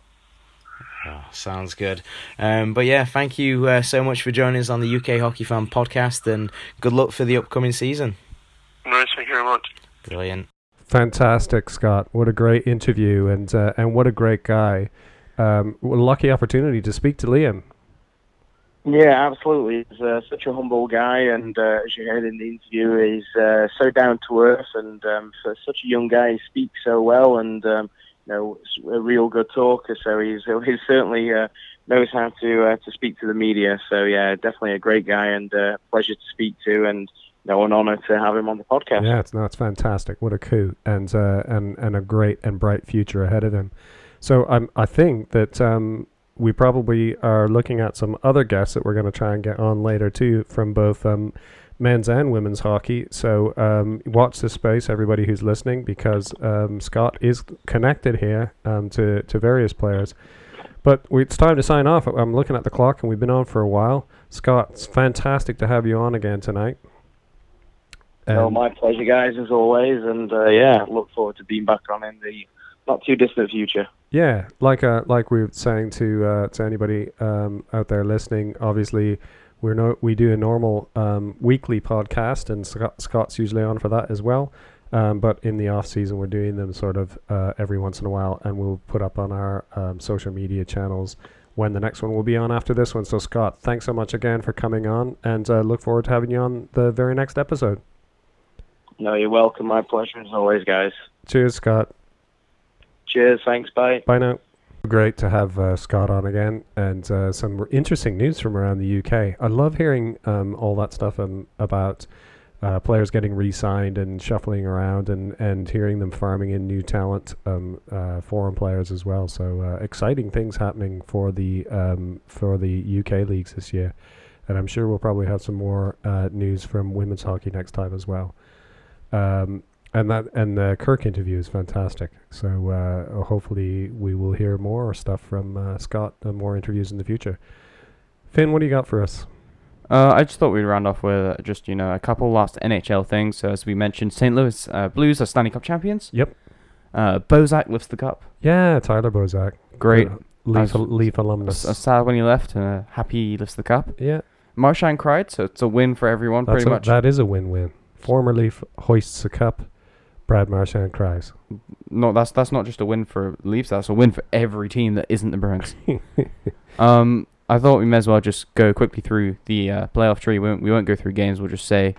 Oh, sounds good. Um, but yeah, thank you uh, so much for joining us on the UK Hockey Fan podcast, and good luck for the upcoming season.
No, thank you very much.
Brilliant.
Fantastic, Scott. What a great interview and uh, and what a great guy. Um, what a lucky opportunity to speak to Liam.
Yeah, absolutely. He's uh, such a humble guy, and uh, as you heard in the interview, he's uh, so down to earth. And um, for such a young guy, he speaks so well, and um, you know, s- a real good talker. So he's he certainly uh, knows how to uh, to speak to the media. So yeah, definitely a great guy, and uh, pleasure to speak to, and you know, an honour to have him on the podcast.
Yeah, it's no, it's fantastic. What a coup, and uh, and and a great and bright future ahead of him. So I'm I think that um, we probably are looking at some other guests that we're going to try and get on later too from both um, men's and women's hockey. So um, watch this space, everybody who's listening, because um, Scott is connected here um, to to various players. But we, it's time to sign off. I'm looking at the clock, and we've been on for a while. Scott, it's fantastic to have you on again tonight.
well,
And-
my pleasure, guys, as always. And uh, yeah, look forward to being back on in the not too distant future.
Yeah, like uh, like we were saying to uh, to anybody um, out there listening, obviously we're no we do a normal um, weekly podcast, and Scott, Scott's usually on for that as well. Um, but in the off season, we're doing them sort of uh, every once in a while, and we'll put up on our um, social media channels when the next one will be on after this one. So Scott, thanks so much again for coming on, and uh, look forward to having you on the very next episode.
No, you're welcome. My pleasure, as always, guys.
Cheers, Scott.
Cheers. Thanks. Bye.
Bye now. Great to have uh, Scott on again, and uh, some r- interesting news from around the UK. I love hearing um, all that stuff um, about uh, players getting re-signed and shuffling around, and and hearing them farming in new talent, um, uh, foreign players as well. So uh, exciting things happening for the um, for the UK leagues this year, and I'm sure we'll probably have some more uh, news from women's hockey next time as well. Um, and that and the Kirk interview is fantastic. So uh, hopefully we will hear more stuff from uh, Scott and more interviews in the future. Finn, what do you got for us?
Uh, I just thought we'd round off with uh, just you know a couple last NHL things. So as we mentioned, St. Louis uh, Blues are Stanley Cup champions.
Yep.
Uh, Bozak lifts the cup.
Yeah, Tyler Bozak,
Great.
Uh,
I've-
Leaf, Leaf
I'm s-
alumnus.
I'm sad when he left, and uh, happy he lifts the cup.
yeah,
Marshan cried, so it's a win for everyone
that's
pretty
a,
much.
that is a win-win. Former Leaf hoists a cup. Brad Marchand cries.
no, that's that's not just a win for Leafs. That's a win for every team that isn't the Bruins. um, I thought we may as well just go quickly through the uh, playoff tree. We won't, we won't go through games. We'll just say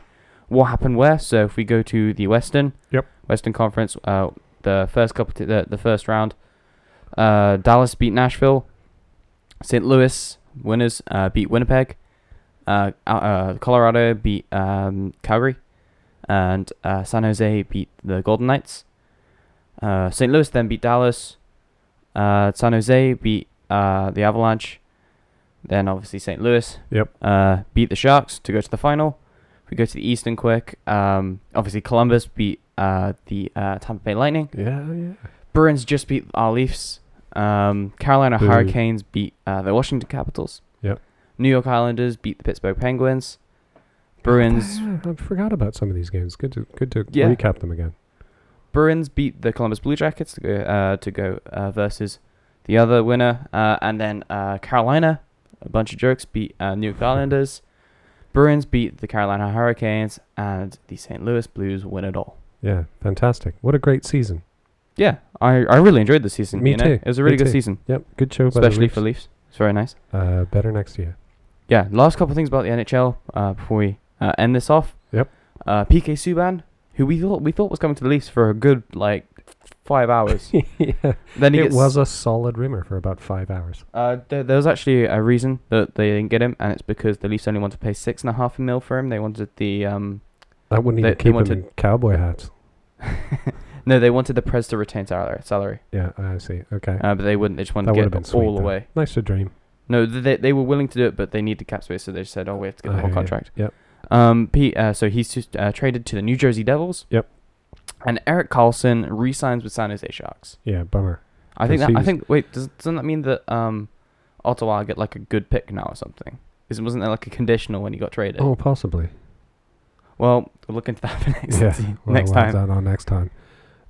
what happened where. So if we go to the Western,
Yep.
Western Conference, uh, the first couple, t- the, the first round, uh, Dallas beat Nashville. St. Louis winners uh, beat Winnipeg. Uh, uh, uh, Colorado beat um, Calgary, and uh, San Jose beat the Golden Knights. Uh, St. Louis then beat Dallas. Uh, San Jose beat uh, the Avalanche. Then obviously St. Louis.
Yep.
Uh, beat the Sharks to go to the final. If we go to the Eastern quick. Um, obviously Columbus beat uh, the uh, Tampa Bay Lightning.
Yeah, yeah.
Bruins just beat our Leafs. Um, Carolina
Boo.
Hurricanes beat uh, the Washington Capitals.
Yep.
New York Islanders beat the Pittsburgh Penguins. Bruins
Ah, I forgot about some of these games. Good to good to
Yeah.
recap them again.
Bruins beat the Columbus Blue Jackets to go uh, to go uh, versus the other winner, uh, and then uh, Carolina, a bunch of jokes, beat uh, New York Islanders. Bruins beat the Carolina Hurricanes, and the St. Louis Blues win it all.
Yeah, fantastic. What a great season.
Yeah, I, I really enjoyed the season.
Me
you know?
too,
It was a really
me
good
too.
season,
Yep, good show. by the
especially for
Leafs.
Leafs. It's very nice.
Uh, better next year.
Yeah, last couple things about the NHL uh, before we uh, end this off.
Yep.
Uh, PK Subban, who we thought we thought was coming to the Leafs for a good like five hours,
yeah.
then he
It
gets
was a solid rimmer for about five hours.
Uh, there, there was actually a reason that they didn't get him, and it's because the Leafs only wanted to pay six and a half mil for him. They wanted the um,
I wouldn't
They-
even
they
keep
wanted-
them in cowboy hats.
no, they wanted the Preds to retain salary, salary,
Yeah, I see. Okay,
uh, but they wouldn't. They just wanted
that
to
would have
get
been
it
sweet.
all
though.
away.
Nice to dream.
No, th- they they were willing to do it, but they need the cap space, so they just said, "Oh, we have to get
I
the whole
hear ya.
contract."
Yep.
Um, Pete, uh, so he's just uh, traded to the New Jersey Devils.
Yep.
And Eric Carlson re-signs with San Jose Sharks.
Yeah, bummer.
I think
'Cause
that I
he's-
think wait does, doesn't that mean that um, Ottawa get like a good pick now or something? Isn't wasn't there like a conditional when he got traded?
Oh, possibly.
Well, we'll look into that for next,
Yeah. Well,
next
we'll have
time.
that on next time.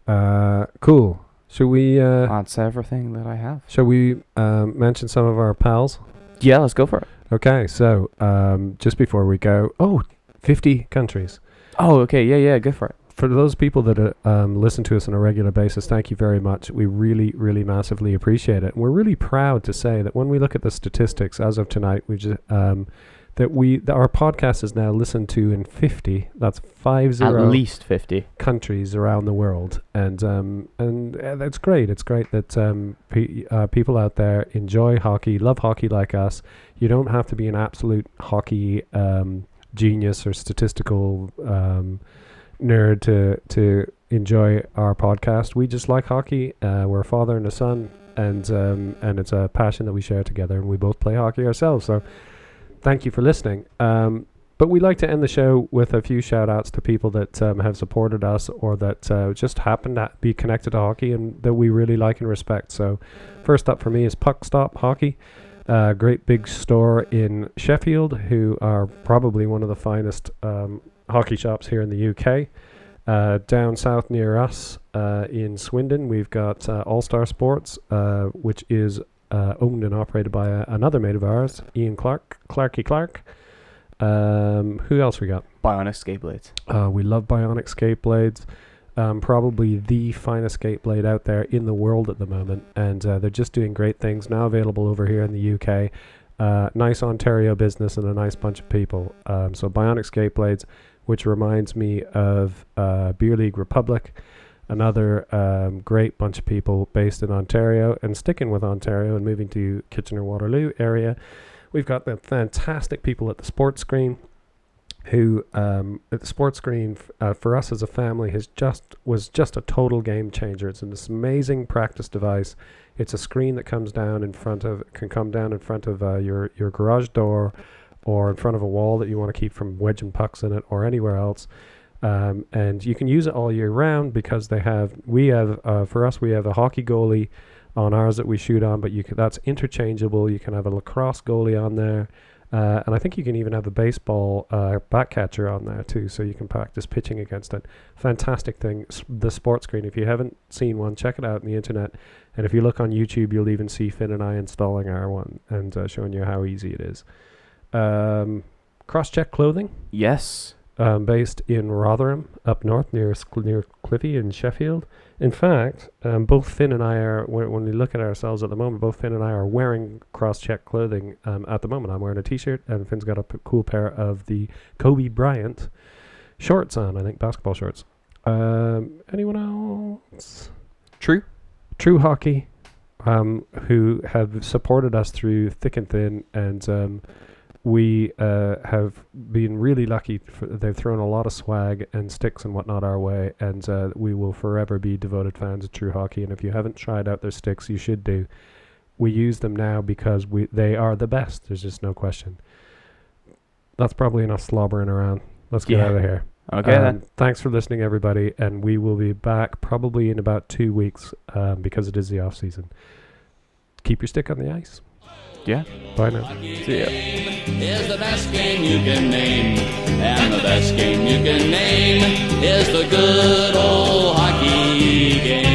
Uh, cool. Should we? Uh,
That's everything that I have.
shall we um, mention some of our pals?
Yeah, let's go for it.
Okay, so um, just before we go, oh, 50 countries.
Oh, okay. Yeah, yeah, go for it.
for those people that uh, um, listen to us on a regular basis, thank you very much. We really, really massively appreciate it. And we're really proud to say that when we look at the statistics as of tonight, we just um, that we that our podcast is now listened to in fifty. That's five zero
At least 50.
countries around the world, and um, and uh, that's great. It's great that um, pe- uh, people out there enjoy hockey, love hockey like us. You don't have to be an absolute hockey um, genius or statistical um, nerd to to enjoy our podcast. We just like hockey. Uh, we're a father and a son, and um, and it's a passion that we share together. And we both play hockey ourselves. So, thank you for listening. Um, But we like to end the show with a few shout outs to people that um, have supported us or that uh, just happen to be connected to hockey and that we really like and respect. So, first up for me is Puck Stop Hockey, a great big store in Sheffield, who are probably one of the finest um, hockey shops here in the UK. Uh, down south near us uh, in Swindon, we've got uh, All Star Sports, uh, which is uh, owned and operated by uh, another mate of ours, Ian Clark, Clarky Clark. Um, who else we got?
Bionic skateboards.
Uh, we love bionic skate blades. Um, probably the finest skate blade out there in the world at the moment, and uh, they're just doing great things now. Available over here in the UK. Uh, nice Ontario business and a nice bunch of people. Um, so bionic skate blades, which reminds me of uh, Beer League Republic, another um, great bunch of people based in Ontario and sticking with Ontario and moving to Kitchener Waterloo area. We've got the fantastic people at the Sports Screen who um, at the sports screen f- uh, for us as a family has just was just a total game changer. It's an this amazing practice device. It's a screen that comes down in front of can come down in front of uh, your your garage door, or in front of a wall that you want to keep from wedging pucks in it, or anywhere else. Um, and you can use it all year round because they have we have uh, for us we have a hockey goalie on ours that we shoot on, but you can, that's interchangeable. You can have a lacrosse goalie on there. Uh, and I think you can even have the baseball uh, bat catcher on there too, so you can practice pitching against it. Fantastic thing. S- The sports screen, if you haven't seen one, check it out on the internet. And if you look on YouTube, you'll even see Finn and I installing our one and uh, showing you how easy it is. Um, Crosscheck Clothing,
Yes.
um, based in Rotherham, up north near Sc- near Cliffy in Sheffield. In fact, um, both Finn and I are when, when we look at ourselves at the moment, both Finn and I are wearing cross-check clothing um, at the moment. I'm wearing a t-shirt, and Finn's got a p- cool pair of the Kobe Bryant shorts on. I think basketball shorts. Um, anyone else?
True.
True Hockey, um, who have supported us through thick and thin, and um, we uh, have been really lucky. For, they've thrown a lot of swag and sticks and whatnot our way, and uh, we will forever be devoted fans of True Hockey. And if you haven't tried out their sticks, you should do. We use them now because we they are the best. There's just no question. That's probably enough slobbering around. Let's get
Yeah.
out of here.
Okay
Um,
then.
Thanks for listening, everybody, and we will be back probably in about two weeks um, because it is the off season. Keep your stick on the ice.
Yeah.
Bye now.
See ya.
is the best game you can name. And the best game you can name is the good old hockey game.